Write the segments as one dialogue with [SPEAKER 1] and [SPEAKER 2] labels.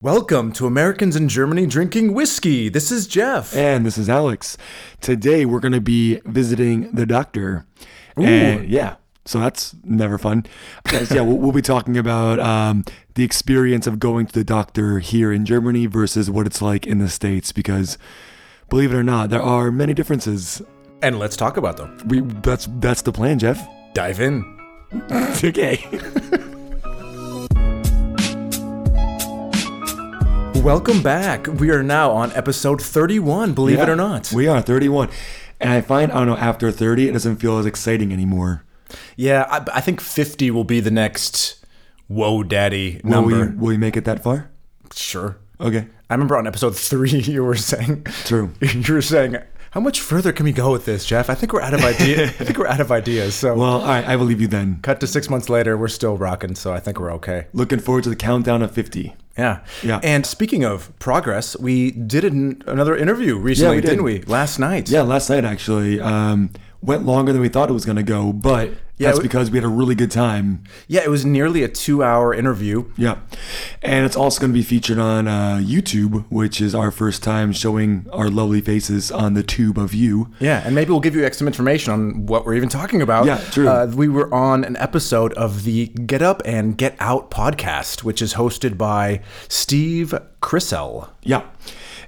[SPEAKER 1] Welcome to Americans in Germany Drinking Whiskey. This is Jeff.
[SPEAKER 2] And this is Alex. Today we're going to be visiting the doctor. And yeah, so that's never fun. Because, yeah, we'll, we'll be talking about um, the experience of going to the doctor here in Germany versus what it's like in the States. Because believe it or not, there are many differences.
[SPEAKER 1] And let's talk about them.
[SPEAKER 2] We that's that's the plan, Jeff.
[SPEAKER 1] Dive in.
[SPEAKER 2] okay.
[SPEAKER 1] Welcome back. We are now on episode 31, believe it
[SPEAKER 2] Yeah.
[SPEAKER 1] or not.
[SPEAKER 2] we are 31, and I find I don't know after 30 it doesn't feel as exciting anymore.
[SPEAKER 1] yeah, I, I think 50 will be the next whoa daddy
[SPEAKER 2] Will
[SPEAKER 1] number.
[SPEAKER 2] we, will we make it that far?
[SPEAKER 1] Sure.
[SPEAKER 2] Okay.
[SPEAKER 1] I remember on episode 3 you were saying
[SPEAKER 2] True.
[SPEAKER 1] You were saying how much further can we go with this, Jeff? I think we're out of idea. I think we're out of ideas. So
[SPEAKER 2] Well, all right. I will leave you then.
[SPEAKER 1] cut to 6 months later, we're still rocking, so I think we're okay.
[SPEAKER 2] Looking forward to the countdown of 50.
[SPEAKER 1] Yeah.
[SPEAKER 2] Yeah.
[SPEAKER 1] And speaking of progress, we did an, another interview recently,
[SPEAKER 2] we did.
[SPEAKER 1] didn't we? Last night.
[SPEAKER 2] Yeah, last night actually um, went longer than we thought it was going to go, but
[SPEAKER 1] Yeah,
[SPEAKER 2] that's
[SPEAKER 1] we-
[SPEAKER 2] because we had a really good time.
[SPEAKER 1] Yeah, it was nearly a two hour interview.
[SPEAKER 2] Yeah. And it's also going to be featured on uh, YouTube, which is our first time showing our lovely faces on the tube of you.
[SPEAKER 1] Yeah, and maybe we'll give you extra information on what we're even talking about.
[SPEAKER 2] Yeah, true.
[SPEAKER 1] Uh, we were on an episode of the Get Up and Get Out podcast, which is hosted by Steve Crissell.
[SPEAKER 2] Yeah.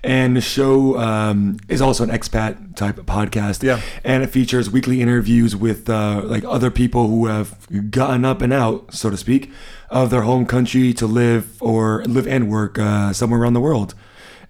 [SPEAKER 2] And the show um, is also an expat type of podcast.
[SPEAKER 1] Yeah.
[SPEAKER 2] And it features weekly interviews with uh, like other people who have gotten up and out, so to speak, of their home country to live or live and work uh, somewhere around the world.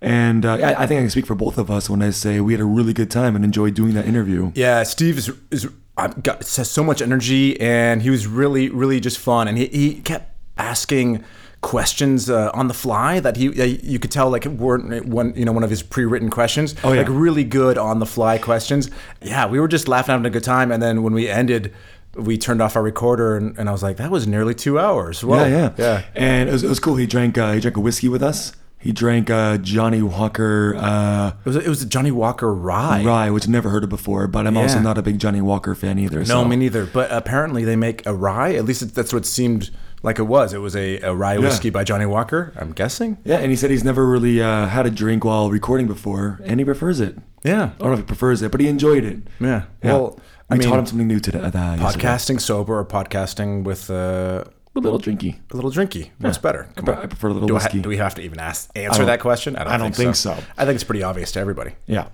[SPEAKER 2] And uh, I, I think I can speak for both of us when I say we had a really good time and enjoyed doing that interview.
[SPEAKER 1] Yeah, Steve is is I've got has so much energy, and he was really really just fun, and he, he kept asking questions uh, on the fly that he uh, you could tell like weren't one you know one of his pre-written questions
[SPEAKER 2] yeah.
[SPEAKER 1] like really good on the fly questions yeah we were just laughing having a good time and then when we ended we turned off our recorder and, and i was like that was nearly two hours Whoa.
[SPEAKER 2] Yeah, yeah, And it was, it was cool. He drank uh, he drank a whiskey with us. He drank uh, Johnny Walker. Uh,
[SPEAKER 1] it was it was a johnny walker rye
[SPEAKER 2] Rye, which I've never heard of before, but I'm also
[SPEAKER 1] Yeah.
[SPEAKER 2] not a big Johnny Walker fan either.
[SPEAKER 1] No, me neither. But apparently they make a rye. At least it, that's what seemed like it was. It was a, a rye whiskey by Johnny Walker. I'm guessing.
[SPEAKER 2] Yeah, and he said he's never really uh, had a drink while recording before, and he prefers it.
[SPEAKER 1] Yeah.
[SPEAKER 2] I don't know if he prefers it, but he enjoyed it.
[SPEAKER 1] Yeah.
[SPEAKER 2] Yeah.
[SPEAKER 1] Well, I
[SPEAKER 2] we
[SPEAKER 1] mean,
[SPEAKER 2] taught him something new today. Uh, yesterday.
[SPEAKER 1] podcasting sober or podcasting with uh,
[SPEAKER 2] a little drinky.
[SPEAKER 1] a little drinky. What's better? Come
[SPEAKER 2] I prefer a little
[SPEAKER 1] Do, I ha-
[SPEAKER 2] whiskey.
[SPEAKER 1] do we have to even ask answer that question? I don't,
[SPEAKER 2] I don't think so.
[SPEAKER 1] I think it's pretty obvious to everybody.
[SPEAKER 2] yeah.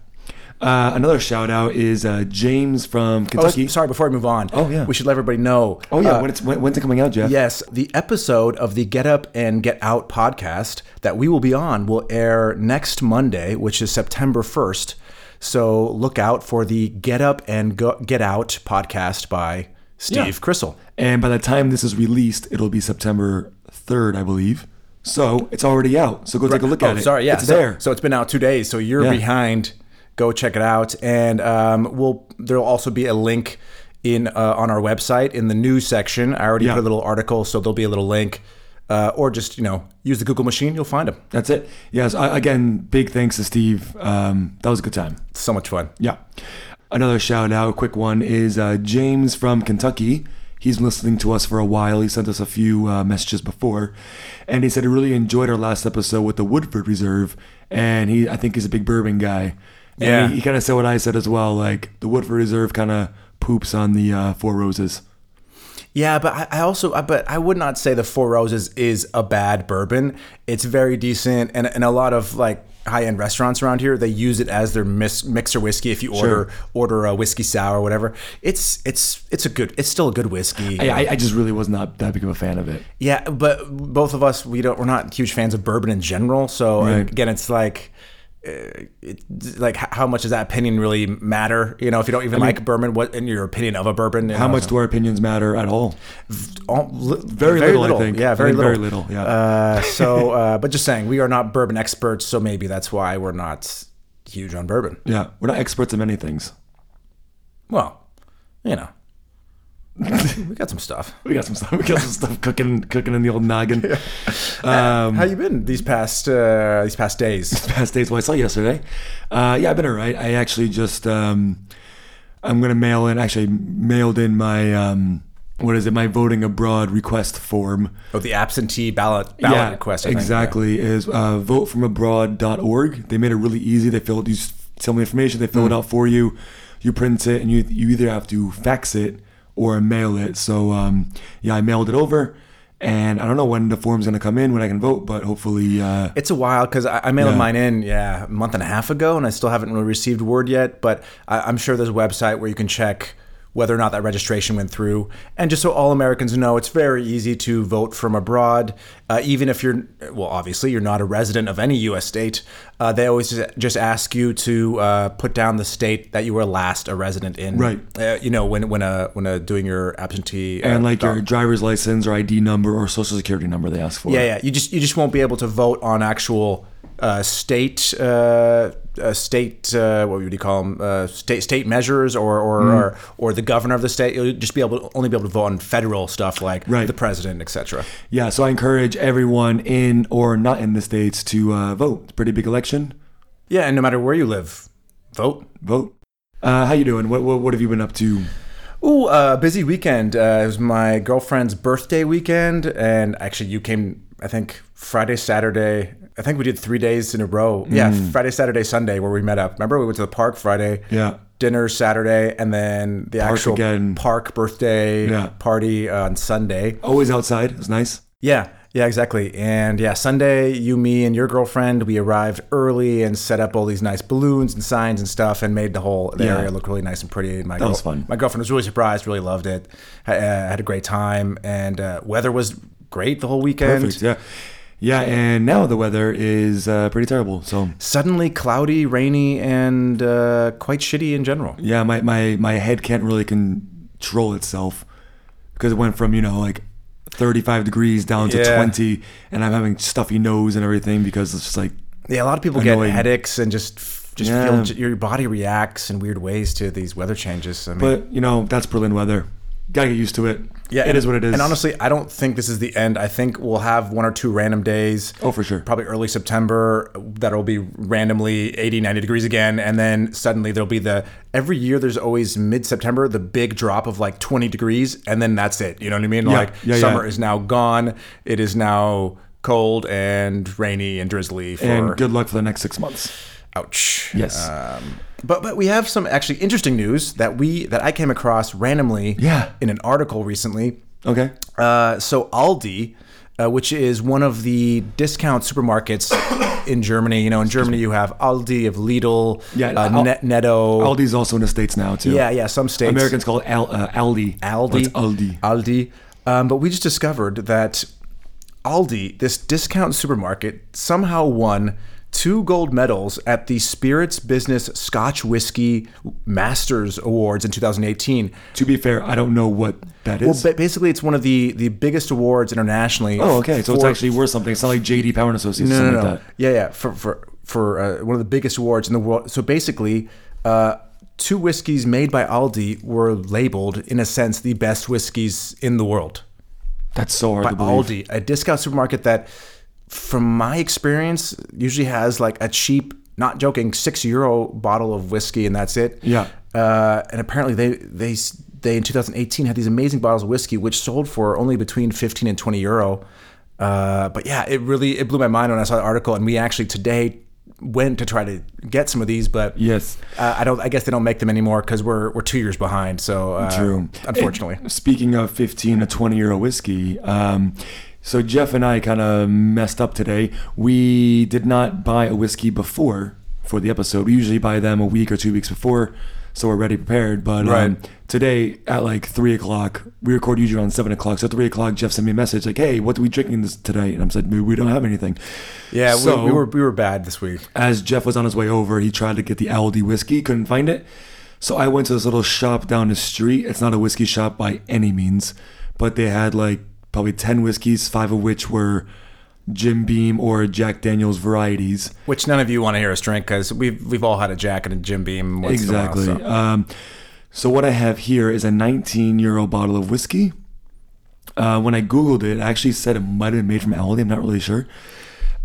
[SPEAKER 2] Uh, another shout out is uh, James from
[SPEAKER 1] Oh,
[SPEAKER 2] Kentucky.
[SPEAKER 1] s- sorry. Before I move on,
[SPEAKER 2] Oh, yeah.
[SPEAKER 1] we should let everybody know. uh,
[SPEAKER 2] Oh, yeah, when it's when, when's it coming out, Jeff?
[SPEAKER 1] Yes, the episode of the Get Up and Get Out podcast that we will be on will air next Monday, which is September 1st. So look out for the Get Up and Go- Get Out podcast by Steve
[SPEAKER 2] Yeah.
[SPEAKER 1] Crystal.
[SPEAKER 2] And by the time this is released, it'll be September third, I believe. So it's already out. So go take a look
[SPEAKER 1] oh,
[SPEAKER 2] at it.
[SPEAKER 1] sorry, yeah.
[SPEAKER 2] it's
[SPEAKER 1] so,
[SPEAKER 2] there.
[SPEAKER 1] So it's been out two days, so you're
[SPEAKER 2] Yeah.
[SPEAKER 1] behind. Go check it out, and um, we'll there'll also be a link in uh, on our website in the news section. I already
[SPEAKER 2] Yeah.
[SPEAKER 1] put a little article, so there'll be a little link, uh, or just you know use the Google machine, you'll find them.
[SPEAKER 2] That's it. Yes. I, again, big thanks to Steve. Um, that was a good time.
[SPEAKER 1] It's so much fun.
[SPEAKER 2] Yeah. Another shout out, quick one, is uh, James from Kentucky. He's been listening to us for a while. He sent us a few uh, messages before, and he said he really enjoyed our last episode with the Woodford Reserve. And he, I think, he's a big bourbon guy. And
[SPEAKER 1] Yeah.
[SPEAKER 2] He, he kind of said what I said as well. Like the Woodford Reserve kind of poops on the uh, Four Roses.
[SPEAKER 1] Yeah, but I, I also, I, but I would not say the Four Roses is a bad bourbon. It's very decent, and and a lot of like high end restaurants around here they use it as their mis- mixer whiskey. If you order order a whiskey sour or whatever, it's it's it's a good, it's still a good whiskey.
[SPEAKER 2] I, I- I just really was not that big of a fan of it.
[SPEAKER 1] yeah, but both of us we don't we're not huge fans of bourbon in general. So
[SPEAKER 2] Right.
[SPEAKER 1] again, it's like. uh, It, like h- how much does that opinion really matter? You know, if you don't even like bourbon, what in your opinion of a bourbon? you
[SPEAKER 2] How
[SPEAKER 1] know,
[SPEAKER 2] much do our opinions matter at all?
[SPEAKER 1] all, li-
[SPEAKER 2] Very little, I think.
[SPEAKER 1] Yeah,
[SPEAKER 2] I
[SPEAKER 1] very
[SPEAKER 2] think
[SPEAKER 1] little.
[SPEAKER 2] very little, yeah.
[SPEAKER 1] Uh, so, uh, but just saying, we are not bourbon experts, so maybe that's why we're not huge on bourbon.
[SPEAKER 2] Yeah, we're not experts in many things.
[SPEAKER 1] Well, you know, we got some stuff.
[SPEAKER 2] We got some stuff. We got some stuff cooking, cooking in the old noggin. Um,
[SPEAKER 1] How you been these past uh, these past days?
[SPEAKER 2] past days. Well, I saw you yesterday. Uh, yeah, I've been all right. I actually just um, I'm gonna mail in. Actually, mailed in my um, what is it? My voting abroad request form.
[SPEAKER 1] Oh, the absentee ballot ballot request. I think, yeah.
[SPEAKER 2] exactly is uh, votefromabroad.org. They made it really easy. They fill you s- tell them the information. They fill
[SPEAKER 1] Mm.
[SPEAKER 2] it out for you. You print it, and you you either have to fax it or mail it. So um, yeah, I mailed it over, and I don't know when the form's gonna come in when I can vote, but hopefully uh,
[SPEAKER 1] It's a while because I, I mailed mine in, yeah, a month and a half ago, and I still haven't really received word yet. But I, I'm sure there's a website where you can check whether or not that registration went through. And just so all Americans know, it's very easy to vote from abroad, uh, even if you're well, obviously you're not a resident of any U.S. state. Uh, they always just- just ask you to uh, put down the state that you were last a resident in.
[SPEAKER 2] Right.
[SPEAKER 1] Uh, you know when when a when a doing your absentee uh,
[SPEAKER 2] and like
[SPEAKER 1] ballot.
[SPEAKER 2] your driver's license or ID number or social security number they ask for.
[SPEAKER 1] Yeah, yeah. You just you just won't be able to vote on actual uh, state uh, uh, state uh, what would you call them uh, state state measures or or, or or the governor of the state. You'll just be able only be able to vote on federal stuff like
[SPEAKER 2] Right.
[SPEAKER 1] the president, etc.
[SPEAKER 2] Yeah, so I encourage everyone in or not in the states to uh, vote. It's a pretty big election.
[SPEAKER 1] Yeah, and no matter where you live, vote.
[SPEAKER 2] Vote. Uh, how you doing? What, what what have you been up to?
[SPEAKER 1] Ooh, uh, busy weekend. Uh, it was my girlfriend's birthday weekend, and actually, you came. I think Friday, Saturday. I think we did three days in a row.
[SPEAKER 2] Hmm.
[SPEAKER 1] Yeah, Friday, Saturday, Sunday, where we met up. Remember, we went to the park Friday.
[SPEAKER 2] Yeah.
[SPEAKER 1] Dinner Saturday, and then the actual
[SPEAKER 2] again.
[SPEAKER 1] park birthday
[SPEAKER 2] Yeah.
[SPEAKER 1] party on Sunday.
[SPEAKER 2] Always outside. It's nice.
[SPEAKER 1] Yeah, yeah, exactly. And yeah, Sunday, you, me, and your girlfriend, we arrived early and set up all these nice balloons and signs and stuff, and made the whole the
[SPEAKER 2] Yeah.
[SPEAKER 1] area look really nice and pretty. And my
[SPEAKER 2] was fun.
[SPEAKER 1] My girlfriend was really surprised, really loved it. I, uh, had a great time, and uh, weather was great the whole weekend.
[SPEAKER 2] Perfect. Yeah. Yeah, and now the weather is uh, pretty terrible. So
[SPEAKER 1] Suddenly cloudy, rainy, and uh, quite shitty in general.
[SPEAKER 2] yeah, my, my, my head can't really control itself because it went from you know like 35 degrees down to
[SPEAKER 1] Yeah.
[SPEAKER 2] 20, and I'm having stuffy nose and everything because it's just like
[SPEAKER 1] Yeah, a lot of people
[SPEAKER 2] Annoying.
[SPEAKER 1] get headaches and just f- just
[SPEAKER 2] Yeah.
[SPEAKER 1] feel feel your body reacts in weird ways to these weather changes. I mean,
[SPEAKER 2] But you know, that's Berlin weather. Gotta get used to it. it
[SPEAKER 1] and-
[SPEAKER 2] is what it is.
[SPEAKER 1] And honestly, I don't think this is the end. I think we'll have one or two random days.
[SPEAKER 2] oh for sure.
[SPEAKER 1] Probably early September, that'll be randomly 80, 90 degrees again. And then suddenly there'll be the, every year there's always mid September, the big drop of like 20 degrees. And then that's it. You know what I mean? Like
[SPEAKER 2] yeah, yeah.
[SPEAKER 1] summer is now gone. It is now cold and rainy and drizzly for
[SPEAKER 2] And good luck for the next six months.
[SPEAKER 1] Ouch.
[SPEAKER 2] Yes.
[SPEAKER 1] Um, but but we have some actually interesting news that we that I came across randomly
[SPEAKER 2] Yeah.
[SPEAKER 1] in an article recently.
[SPEAKER 2] Okay.
[SPEAKER 1] Uh, so Aldi, uh, which is one of the discount supermarkets in Germany. You know, in Germany you have Aldi, you have Lidl,
[SPEAKER 2] Yeah,
[SPEAKER 1] uh,
[SPEAKER 2] Al-
[SPEAKER 1] Net, Netto.
[SPEAKER 2] Aldi's also in the states now too.
[SPEAKER 1] Yeah, yeah. Some states.
[SPEAKER 2] Americans call it Al, uh, Aldi. But
[SPEAKER 1] Aldi.
[SPEAKER 2] it's Aldi.
[SPEAKER 1] Aldi. Um, but we just discovered that Aldi, this discount supermarket, somehow won two gold medals at the Spirits Business Scotch Whiskey Masters Awards in 2018.
[SPEAKER 2] To be fair, I don't know what that is.
[SPEAKER 1] But basically, it's one of the, the biggest awards internationally.
[SPEAKER 2] oh, okay. So it's
[SPEAKER 1] for-
[SPEAKER 2] actually worth something. It's not like JD Power and Associates or
[SPEAKER 1] no,
[SPEAKER 2] something
[SPEAKER 1] no, no.
[SPEAKER 2] like that.
[SPEAKER 1] Yeah, yeah. For for for uh, one of the biggest awards in the world. So basically, uh, two whiskeys made by Aldi were labeled, in a sense, the best whiskeys in the world.
[SPEAKER 2] That's so hard to believe.
[SPEAKER 1] Aldi, a discount supermarket that, from my experience, usually has like a cheap, not joking, six euro bottle of whiskey and that's it.
[SPEAKER 2] Yeah.
[SPEAKER 1] Uh, and apparently they they s- they in 2018 had these amazing bottles of whiskey which sold for only between 15 and 20 euro. Uh, but yeah, it really it blew my mind when I saw the article, and we actually today went to try to get some of these, but
[SPEAKER 2] Yes.
[SPEAKER 1] uh, I don't. I guess they don't make them anymore because we're we're two years behind. So uh,
[SPEAKER 2] True.
[SPEAKER 1] unfortunately.
[SPEAKER 2] And speaking of 15 to 20 euro whiskey, um, so Jeff and I kind of messed up today. We did not buy a whiskey before for the episode. We usually buy them a week or two weeks before, so we're ready prepared. But um,
[SPEAKER 1] Right.
[SPEAKER 2] today at like three o'clock, we record usually around seven o'clock. So at three o'clock, Jeff sent me a message like, "Hey, what are we drinking this today?" And I'm said, "We don't have anything."
[SPEAKER 1] yeah,
[SPEAKER 2] So-
[SPEAKER 1] we, we were we were bad this week.
[SPEAKER 2] as Jeff was on his way over, he tried to get the Aldi whiskey, couldn't find it. So I went to this little shop down the street. It's not a whiskey shop by any means, but they had like probably 10 whiskeys, five of which were Jim Beam or Jack Daniels varieties.
[SPEAKER 1] Which none of you want to hear us drink because we've we've all had a Jack and a Jim Beam. Once
[SPEAKER 2] Exactly.
[SPEAKER 1] In a
[SPEAKER 2] So.
[SPEAKER 1] while, so.
[SPEAKER 2] Um, so what I have here is a 19 euro bottle of whiskey. Uh, when I googled it, it actually said it might have been made from Aldi. I'm not really sure.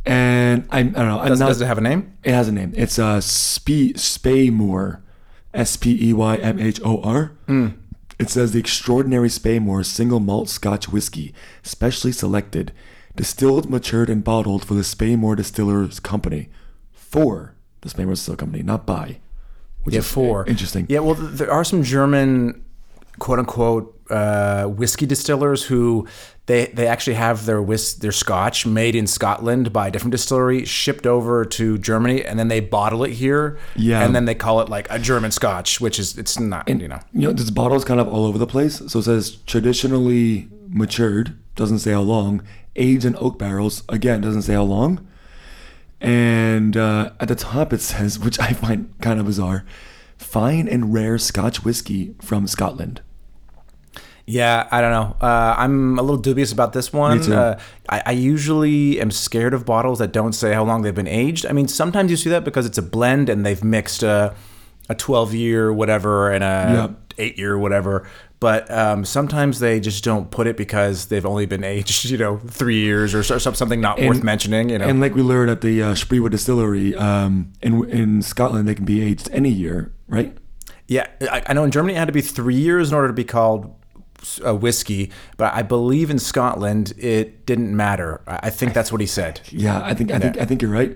[SPEAKER 2] And I, I don't know. I'm
[SPEAKER 1] Does,
[SPEAKER 2] not,
[SPEAKER 1] does it have a name?
[SPEAKER 2] It has a name. It's
[SPEAKER 1] Hmm.
[SPEAKER 2] uh, Spe- Speymore. S P E Y M H O R. It says the extraordinary Spaymore single malt Scotch whiskey, specially selected, distilled, matured, and bottled for the Spaymore Distillers Company, for the Spaymore Distiller Company, not by. Which
[SPEAKER 1] Yeah,
[SPEAKER 2] is
[SPEAKER 1] four.
[SPEAKER 2] Interesting.
[SPEAKER 1] Yeah, well, th- there are some German, quote unquote, uh, whiskey distillers who they they actually have their whis- their Scotch made in Scotland by a different distillery, shipped over to Germany, and then they bottle it here.
[SPEAKER 2] Yeah.
[SPEAKER 1] and then they call it like a German Scotch, which is it's not you know.
[SPEAKER 2] You know, this bottle's kind of all over the place. So it says traditionally matured, doesn't say how long, aged in oak barrels, again, doesn't say how long. And uh, at the top it says, which I find kind of bizarre, fine and rare Scotch whiskey from Scotland.
[SPEAKER 1] Yeah, I don't know. Uh, I'm a little dubious about this one.
[SPEAKER 2] too.
[SPEAKER 1] Uh, I, I usually am scared of bottles that don't say how long they've been aged. I mean, sometimes you see that because it's a blend and they've mixed a, a 12 year whatever and a eight year whatever. But um, sometimes they just don't put it because they've only been aged, you know, three years or so- something not worth mentioning. You know,
[SPEAKER 2] And like we learned at the uh, Spreewood Distillery um, in, in Scotland, they can be aged any year, right?
[SPEAKER 1] yeah, I, I know in Germany it had to be three years in order to be called a whiskey, but I believe in Scotland it didn't matter. I I think that's what he said.
[SPEAKER 2] Yeah, I think I think I think you're right.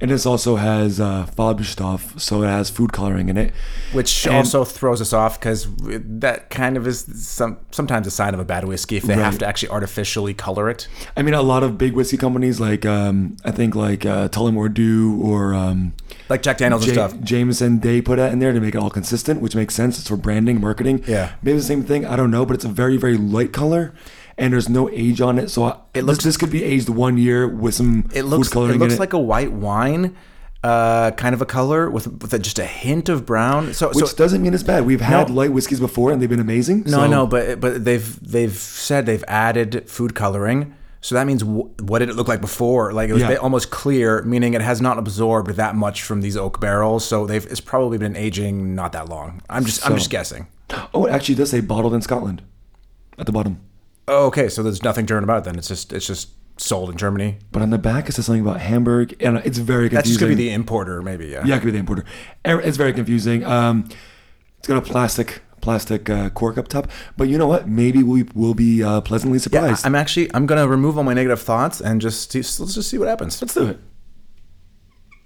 [SPEAKER 2] And this also has uh, Farbstoff, so it has food coloring in it.
[SPEAKER 1] which also throws us off because that kind of is some sometimes a sign of a bad whiskey if they have to actually artificially color it.
[SPEAKER 2] I mean, a lot of big whiskey companies, like um, I think like uh, Tullamore Dew or um,
[SPEAKER 1] Like Jack Daniels
[SPEAKER 2] Ja-
[SPEAKER 1] and stuff.
[SPEAKER 2] Jameson, they put that in there to make it all consistent, which makes sense. It's for branding, marketing.
[SPEAKER 1] Yeah.
[SPEAKER 2] maybe the same thing. I don't know, but it's a very very light color, and there's no age on it, so I, it looks this, could be aged one year with some
[SPEAKER 1] It looks it
[SPEAKER 2] food coloring in
[SPEAKER 1] looks
[SPEAKER 2] it.
[SPEAKER 1] like a white wine, uh, kind of a color with, with a, just a hint of brown. So
[SPEAKER 2] which
[SPEAKER 1] so
[SPEAKER 2] doesn't mean it's bad. We've had light whiskeys before, and they've been amazing.
[SPEAKER 1] no,
[SPEAKER 2] so-
[SPEAKER 1] I know, but but they've they've said they've added food coloring. So that means w- what did it look like before? Like it was
[SPEAKER 2] Yeah.
[SPEAKER 1] ba- almost clear, meaning it has not absorbed that much from these oak barrels. So they've it's probably been aging not that long. I'm just I'm just guessing.
[SPEAKER 2] Oh, it actually does say bottled in Scotland at the bottom.
[SPEAKER 1] Oh, okay. So there's nothing German about it then. It's just it's just sold in Germany.
[SPEAKER 2] But on the back, it says something about Hamburg, and it's very confusing.
[SPEAKER 1] That's just gonna be the importer, maybe. Yeah.
[SPEAKER 2] Yeah, it could be the importer. Er- It's very confusing. Um, it's got a plastic plastic uh, cork up top, but you know what? Maybe we will be uh, pleasantly
[SPEAKER 1] I-
[SPEAKER 2] surprised.
[SPEAKER 1] I'm actually I'm gonna remove all my negative thoughts and just see, let's just see what happens.
[SPEAKER 2] Let's do it.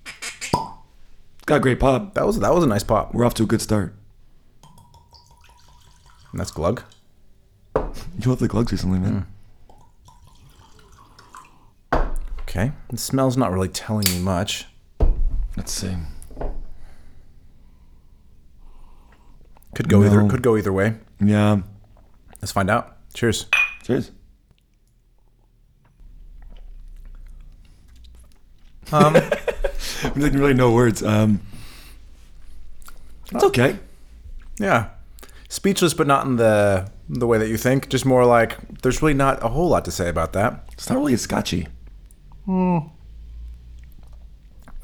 [SPEAKER 2] It's got a great pop.
[SPEAKER 1] That was that was a nice pop.
[SPEAKER 2] We're off to a good start.
[SPEAKER 1] And that's glug.
[SPEAKER 2] You love the glugs recently, man.
[SPEAKER 1] Okay. The smell's not really telling me much.
[SPEAKER 2] Let's see.
[SPEAKER 1] Could go either
[SPEAKER 2] No.
[SPEAKER 1] could go either way.
[SPEAKER 2] Yeah.
[SPEAKER 1] Let's find out. Cheers.
[SPEAKER 2] Cheers.
[SPEAKER 1] Um,
[SPEAKER 2] I'm like really no words. Um, it's okay.
[SPEAKER 1] yeah. Speechless, but not in the the way that you think. Just more like there's really not a whole lot to say about that.
[SPEAKER 2] It's not really a scotchy.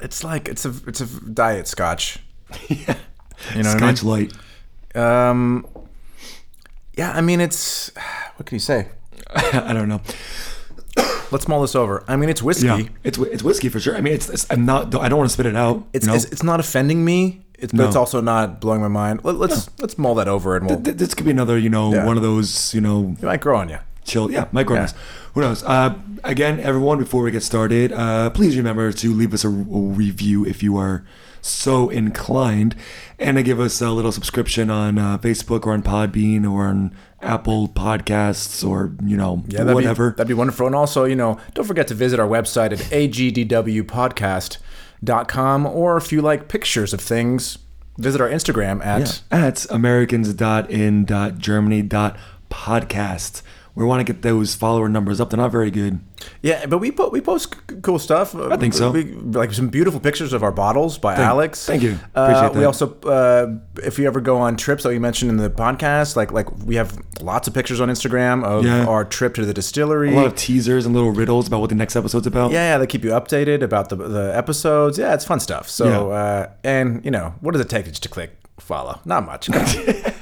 [SPEAKER 1] It's like it's a it's a diet scotch.
[SPEAKER 2] yeah.
[SPEAKER 1] You know what I mean?
[SPEAKER 2] Scotch light.
[SPEAKER 1] Um, yeah, I mean, it's what can you say?
[SPEAKER 2] I don't know.
[SPEAKER 1] Let's mull this over. I mean, it's whiskey.
[SPEAKER 2] Yeah, it's whi- it's whiskey for sure. I mean, it's, it's I'm not. I don't want to spit it out.
[SPEAKER 1] It's,
[SPEAKER 2] you know?
[SPEAKER 1] it's it's not offending me. It's but
[SPEAKER 2] No.
[SPEAKER 1] it's also not blowing my mind. Let, let's let's mull that over and we'll
[SPEAKER 2] Th- this could be another. You know,
[SPEAKER 1] Yeah.
[SPEAKER 2] one of those. You know,
[SPEAKER 1] it might grow on you.
[SPEAKER 2] chill. Yeah, microgreens. Who knows? Uh, again, everyone, before we get started, uh, please remember to leave us a, a review if you are so inclined, and to give us a little subscription on uh, Facebook or on Podbean or on Apple Podcasts or you know
[SPEAKER 1] Yeah, that'd
[SPEAKER 2] whatever.
[SPEAKER 1] Be, that'd be wonderful. And also, you know, don't forget to visit our website at agdwpodcast.com or if you like pictures of things, visit our Instagram at
[SPEAKER 2] at americans.in.germany.podcast. We want to get those follower numbers up. They're not very good.
[SPEAKER 1] Yeah, but we po- we post c- cool stuff. I
[SPEAKER 2] think so.
[SPEAKER 1] We, like some beautiful pictures of our bottles by Alex.
[SPEAKER 2] thank you.
[SPEAKER 1] Uh,
[SPEAKER 2] Appreciate
[SPEAKER 1] we
[SPEAKER 2] that.
[SPEAKER 1] also, uh, if you ever go on trips that we mentioned in the podcast, like like we have lots of pictures on Instagram of
[SPEAKER 2] Yeah.
[SPEAKER 1] our trip to the distillery.
[SPEAKER 2] A lot of teasers and little riddles about what the next episode's about.
[SPEAKER 1] yeah, yeah, they keep you updated about the the episodes. Yeah, it's fun stuff. So,
[SPEAKER 2] Yeah.
[SPEAKER 1] uh, and you know, what does it take just to click follow? Not much. Come on.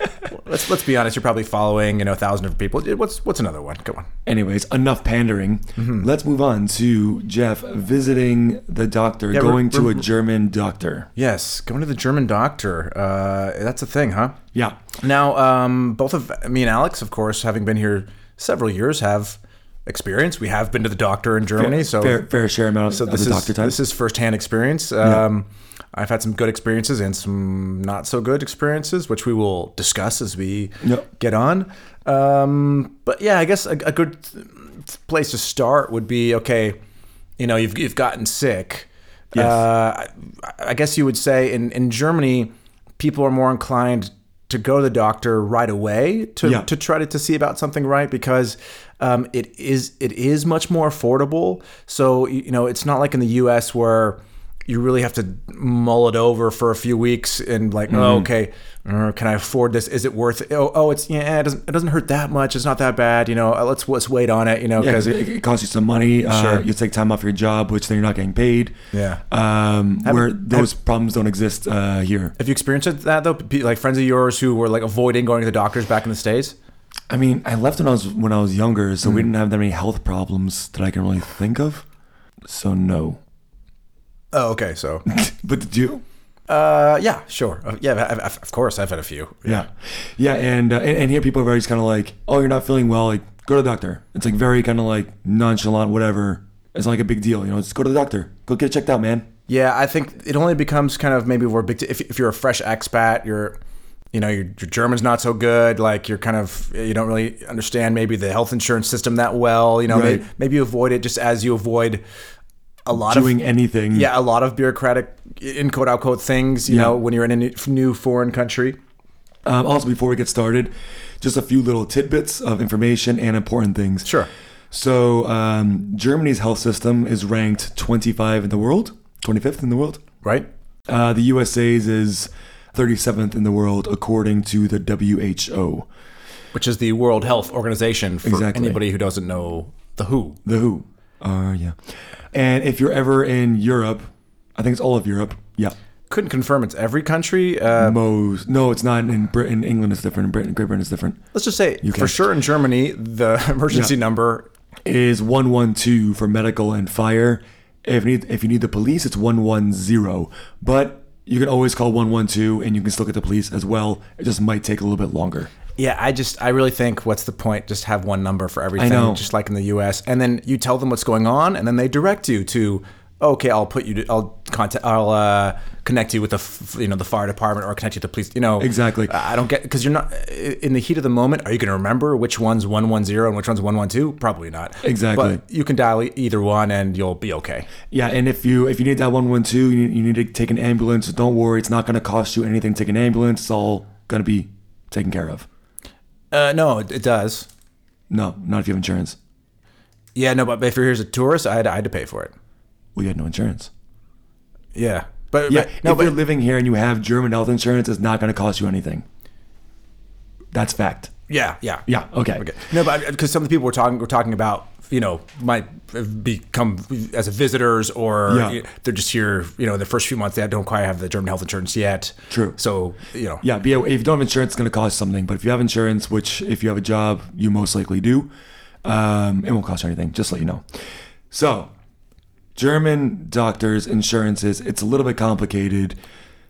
[SPEAKER 1] let's let's be honest. You're probably following you know a thousand different people. What's what's another one? Go on.
[SPEAKER 2] Anyways, enough pandering.
[SPEAKER 1] Mm-hmm.
[SPEAKER 2] Let's move on to Jeff visiting the doctor,
[SPEAKER 1] we're-
[SPEAKER 2] going to a
[SPEAKER 1] we're-
[SPEAKER 2] German doctor.
[SPEAKER 1] Yes, going to the German doctor. Uh, that's a thing, huh?
[SPEAKER 2] Yeah.
[SPEAKER 1] Now, um, both of me and Alex, of course, having been here several years, have experience. We have been to the doctor in Germany, so
[SPEAKER 2] fair, fair share amount
[SPEAKER 1] so
[SPEAKER 2] of
[SPEAKER 1] this
[SPEAKER 2] the
[SPEAKER 1] is
[SPEAKER 2] doctor time.
[SPEAKER 1] this is firsthand experience. Um, I've had some good experiences and some not so good experiences, which we will discuss as we
[SPEAKER 2] Yep.
[SPEAKER 1] get on. Um, but yeah, I guess a, a good th- place to start would be okay. You know, you've you've gotten sick.
[SPEAKER 2] Yes.
[SPEAKER 1] Uh, I, I guess you would say in in Germany, people are more inclined to go to the doctor right away to
[SPEAKER 2] Yeah.
[SPEAKER 1] to try to, to see about something right because um, it is it is much more affordable. So y- you know it's not like in the U.S. where you really have to mull it over for a few weeks and like oh okay uh, can I afford this? Is it worth it? Oh, oh it's yeah it doesn't it doesn't hurt that much. It's not that bad. You know uh, let's let's wait on it. You know
[SPEAKER 2] Yeah, because
[SPEAKER 1] because
[SPEAKER 2] it, it costs you some money. Uh,
[SPEAKER 1] Sure.
[SPEAKER 2] You take time off your job, which then you're not getting paid.
[SPEAKER 1] Yeah.
[SPEAKER 2] Um, where those problems don't exist uh, here.
[SPEAKER 1] have you experienced that though? Pe- Like friends of yours who were like avoiding going to the doctors back in the states.
[SPEAKER 2] I mean, I left when I was when I was younger, so we
[SPEAKER 1] Mm.
[SPEAKER 2] didn't have that many health problems that I can really think of. So no.
[SPEAKER 1] Oh okay so
[SPEAKER 2] But did you?
[SPEAKER 1] uh, yeah sure Uh, yeah I've, I've- of course I've had a few.
[SPEAKER 2] Yeah, yeah, and uh, and, and here people are very just kind of like, oh, you're not feeling well, like go to the doctor. It's like very kind of like nonchalant, whatever. It's not like a big deal, you know. Just go to the doctor, go get it checked out, man.
[SPEAKER 1] Yeah, I think it only becomes kind of maybe more big if, if you're a fresh expat, you're, you know, your, your German's not so good. Like you're kind of you don't really understand maybe the health insurance system that well. You know, may-
[SPEAKER 2] Right.
[SPEAKER 1] maybe, you avoid it just as you avoid a lot of
[SPEAKER 2] Doing anything.
[SPEAKER 1] yeah a lot of bureaucratic in quote unquote things. You
[SPEAKER 2] Yeah.
[SPEAKER 1] know, when you're in a new- new foreign country.
[SPEAKER 2] Um, also, before we get started, just a few little tidbits of information and important things.
[SPEAKER 1] Sure.
[SPEAKER 2] So, um, Germany's health system is ranked 25 in the world, 25th in the world.
[SPEAKER 1] Right.
[SPEAKER 2] Uh, the USA's is 37th in the world, according to the WHO.
[SPEAKER 1] Which is the World Health Organization for
[SPEAKER 2] Exactly.
[SPEAKER 1] anybody who doesn't know the who.
[SPEAKER 2] The WHO. Uh, yeah. And if you're ever in Europe, I think it's all of Europe. Yeah.
[SPEAKER 1] Couldn't confirm it's every country. Uh,
[SPEAKER 2] Most. No, it's not in Britain. England is different. Britain, Great Britain is different.
[SPEAKER 1] let's just say
[SPEAKER 2] can.
[SPEAKER 1] for sure in Germany the emergency number
[SPEAKER 2] is 112 for medical and fire. If you need, if you need the police, it's 110. But you can always call 112 and you can still get the police as well. It just might take a little bit longer.
[SPEAKER 1] Yeah, I just I really think what's the point? Just have one number for everything,
[SPEAKER 2] know.
[SPEAKER 1] just like in the U.S. And then you tell them what's going on, and then they direct you to, okay, I'll put you, to, I'll contact, I'll uh, connect you with the, f- you know, the fire department or connect you to police. You know,
[SPEAKER 2] Exactly.
[SPEAKER 1] I don't get because you're not in the heat of the moment. Are you going to remember which one's one one zero and which one's one one two? Probably not.
[SPEAKER 2] Exactly.
[SPEAKER 1] But you can dial e- either one, and you'll be okay.
[SPEAKER 2] Yeah, and if you if you need that 112, you need, you need to take an ambulance. Don't worry, it's not going to cost you anything. to Take an ambulance. It's all going to be taken care of.
[SPEAKER 1] Uh, no, it, it does.
[SPEAKER 2] No, not if you have insurance.
[SPEAKER 1] Yeah, no, but if you're here as a tourist, I had, I had to pay for it.
[SPEAKER 2] We had no insurance.
[SPEAKER 1] Yeah, but
[SPEAKER 2] Yeah,
[SPEAKER 1] but- no,
[SPEAKER 2] if
[SPEAKER 1] but
[SPEAKER 2] you're living here and you have German health insurance, it's not going to cost you anything. That's fact.
[SPEAKER 1] yeah, yeah,
[SPEAKER 2] Yeah. Okay.
[SPEAKER 1] Okay. No, but because some of the people we're talking we're talking about, you know, might become as visitors or
[SPEAKER 2] Yeah.
[SPEAKER 1] they're just here. You know, the first few months they don't quite have the German health insurance yet.
[SPEAKER 2] True.
[SPEAKER 1] So you know.
[SPEAKER 2] Yeah, but yeah, if you don't have insurance, it's going to cost something. But if you have insurance, which if you have a job, you most likely do, um, it won't cost you anything. Just to let you know. So, German doctors' insurances, it's a little bit complicated.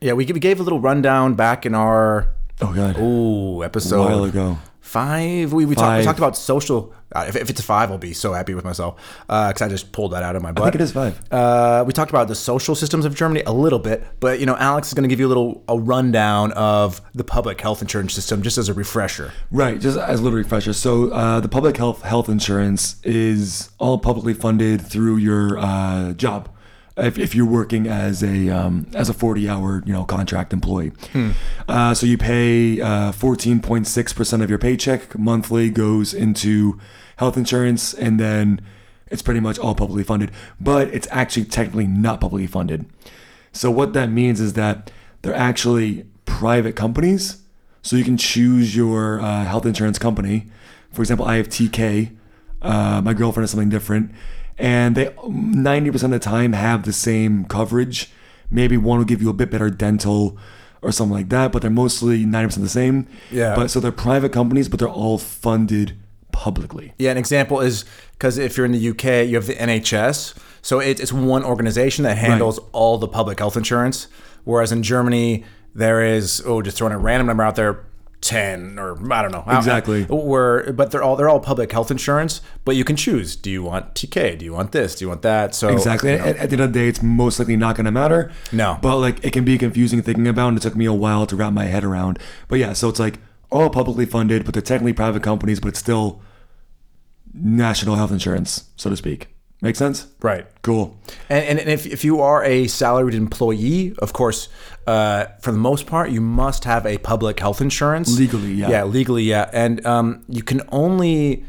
[SPEAKER 1] Yeah, we gave, we gave a little rundown back in our
[SPEAKER 2] Oh god,
[SPEAKER 1] ooh
[SPEAKER 2] a
[SPEAKER 1] episode
[SPEAKER 2] while ago.
[SPEAKER 1] five. We we, Talked, we
[SPEAKER 2] Five.
[SPEAKER 1] talked about social. Uh, if, if it's a five, I'll be so happy with myself because I just pulled that out of my butt.
[SPEAKER 2] I think it is five.
[SPEAKER 1] Uh, we talked about the social systems of Germany a little bit, but you know, Alex is going to give you a little a rundown of the public health insurance system just as a refresher.
[SPEAKER 2] Right, just as a little refresher. So, uh, the public health health insurance is all publicly funded through your uh, job. If, if you're working as a um, as a 40 hour you know contract employee, uh, so you pay uh, 14.6 percent of your paycheck monthly goes into health insurance, and then it's pretty much all publicly funded. But it's actually technically not publicly funded. So what that means is that they're actually private companies. So you can choose your uh, health insurance company. For example, I have TK. Uh, my girlfriend has something different, and they 90% of the time have the same coverage. Maybe one will give you a bit better dental, or something like that, but they're mostly 90% the same.
[SPEAKER 1] Yeah.
[SPEAKER 2] But so they're private companies, but they're all funded publicly.
[SPEAKER 1] Yeah, an example is because if you're in the UK, you have the NHS. So it, it's one organization that handles all the public health insurance. Whereas in Germany, there is oh, just throwing a random number out there, ten or I don't know I-
[SPEAKER 2] Exactly.
[SPEAKER 1] I- where, but they're all they're all public health insurance. But you can choose. Do you want TK? Do you want this? Do you want that? So
[SPEAKER 2] Exactly.
[SPEAKER 1] you know,
[SPEAKER 2] At, at the end of the day, it's most likely not going to matter.
[SPEAKER 1] Oh, No.
[SPEAKER 2] But like, it can be confusing thinking about, and it took me a while to wrap my head around. But yeah, so it's like all publicly funded, but they're technically private companies, but it's still national health insurance, so to speak. Make sense?
[SPEAKER 1] right.
[SPEAKER 2] Cool.
[SPEAKER 1] And, and, and if, if you are a salaried employee, of course, uh, for the most part, you must have a public health insurance.
[SPEAKER 2] Legally, yeah.
[SPEAKER 1] Yeah, legally, yeah. And um, you can only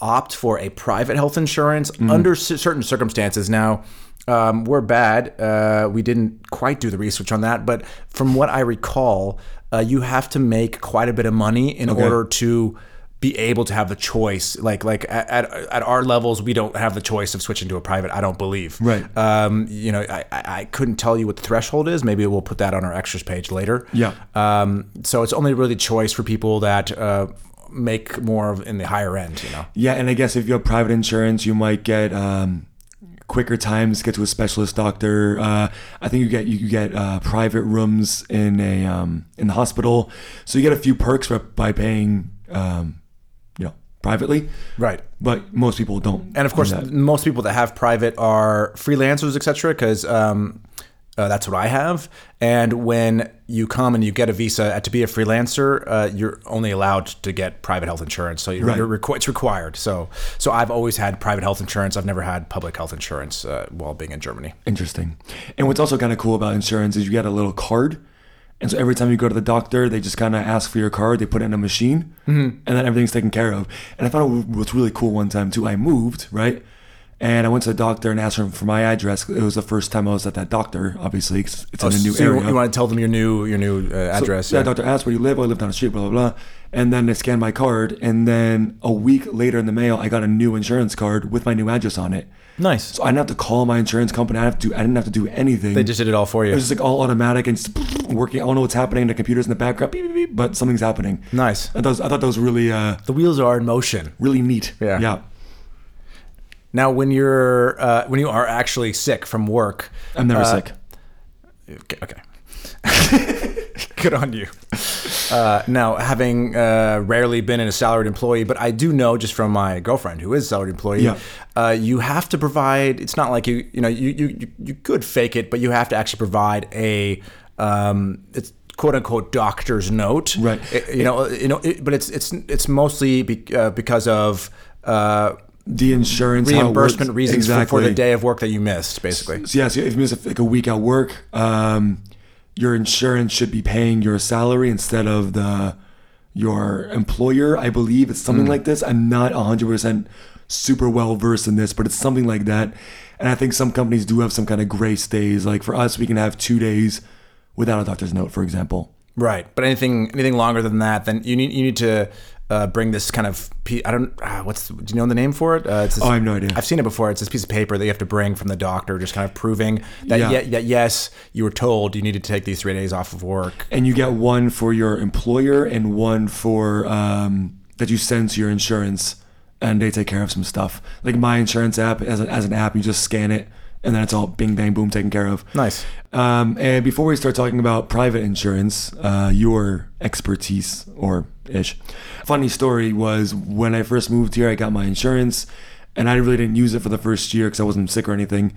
[SPEAKER 1] opt for a private health insurance under c- certain circumstances. Now, um, we're bad. Uh, we didn't quite do the research on that. But from what I recall, uh, you have to make quite a bit of money in order to be able to have the choice like like at, at, at our levels we don't have the choice of switching to a private i don't believe
[SPEAKER 2] Right.
[SPEAKER 1] um, you know I, I I couldn't tell you what the threshold is maybe we'll put that on our extras page later
[SPEAKER 2] Yeah.
[SPEAKER 1] um, so it's only really choice for people that uh, make more of in the higher end you know
[SPEAKER 2] Yeah, and I guess if you have private insurance, you might get um, quicker times, get to a specialist doctor. Uh, I think you get you get uh, private rooms in a um, in the hospital, so you get a few perks by- by paying, um, you know, privately.
[SPEAKER 1] right
[SPEAKER 2] But most people don't.
[SPEAKER 1] and of course most people that have private are freelancers etc because um, uh, that's what i have and when you come and you get a visa uh, to be a freelancer uh, you're only allowed to get private health insurance so you're, you're requ- it's required so so i've always had private health insurance i've never had public health insurance uh, while being in germany
[SPEAKER 2] Interesting. And what's also kind of cool about insurance is you get a little card. And so every time you go to the doctor, they just kind of ask for your card. They put it in a machine,
[SPEAKER 1] Mm-hmm.
[SPEAKER 2] and then everything's taken care of. And I found out what's really cool one time too. I moved right, and I went to the doctor and asked him for my address. It was the first time I was at that doctor, obviously, 'cause it's in a new
[SPEAKER 1] Oh, so
[SPEAKER 2] area.
[SPEAKER 1] You, you want to tell them your new your new uh, address?
[SPEAKER 2] Yeah, doctor asked where you live. Oh, I live down the street, blah, blah, blah. And then they scanned my card. And then a week later in the mail, I got a new insurance card with my new address on it.
[SPEAKER 1] Nice.
[SPEAKER 2] So I didn't have to call my insurance company. I, have to, I didn't have to do anything.
[SPEAKER 1] They just did it all for you.
[SPEAKER 2] It was just like all automatic and just working. I don't know what's happening. The computer's in the background, beep, beep, beep, but something's happening.
[SPEAKER 1] nice.
[SPEAKER 2] I thought, I thought that was really, uh,
[SPEAKER 1] The wheels are in motion.
[SPEAKER 2] really neat.
[SPEAKER 1] Yeah.
[SPEAKER 2] Yeah.
[SPEAKER 1] Now, when you're uh, when you are actually sick from work,
[SPEAKER 2] I'm never
[SPEAKER 1] Uh,
[SPEAKER 2] sick.
[SPEAKER 1] okay. okay. Good on you. Uh, now, having uh, rarely been in a salaried employee, but I do know just from my girlfriend who is a salaried employee,
[SPEAKER 2] Yeah.
[SPEAKER 1] uh, you have to provide. It's not like you you know you you you- you could fake it, but you have to actually provide a um, it's quote unquote doctor's note,
[SPEAKER 2] Right.
[SPEAKER 1] It- you know, you know, it, but it's it's it's mostly be, uh, because of. Uh,
[SPEAKER 2] The insurance how it works-
[SPEAKER 1] reimbursement reasons for-
[SPEAKER 2] exactly.
[SPEAKER 1] for, the day of work that you missed, basically.
[SPEAKER 2] So, yeah, so if you miss like a week at work, um, your insurance should be paying your salary instead of the your employer. I believe it's something like this. I'm not 100% super well versed in this, but it's something like that. And I think some companies do have some kind of grace days. Like for us, we can have two days without a doctor's note, for example.
[SPEAKER 1] Right, but anything anything longer than that, then you need you need to uh, bring this kind of pe- I don't ah, what's do you know the name for it? Uh, it's this,
[SPEAKER 2] Oh, I have no idea.
[SPEAKER 1] I've seen it before. It's this piece of paper that you have to bring from the doctor, just kind of proving that
[SPEAKER 2] Yeah.
[SPEAKER 1] yeah. that yes, you were told you needed to take these three days off of work.
[SPEAKER 2] And you get one for your employer and one for um, that you send to your insurance, and they take care of some stuff. Like my insurance app, as, a, as an app, you just scan it, and then it's all bing, bang, boom, taken care of.
[SPEAKER 1] Nice.
[SPEAKER 2] Um, and before we start talking about private insurance, uh, your expertise or ish, funny story was when I first moved here, I got my insurance, and I really didn't use it for the first year because I wasn't sick or anything,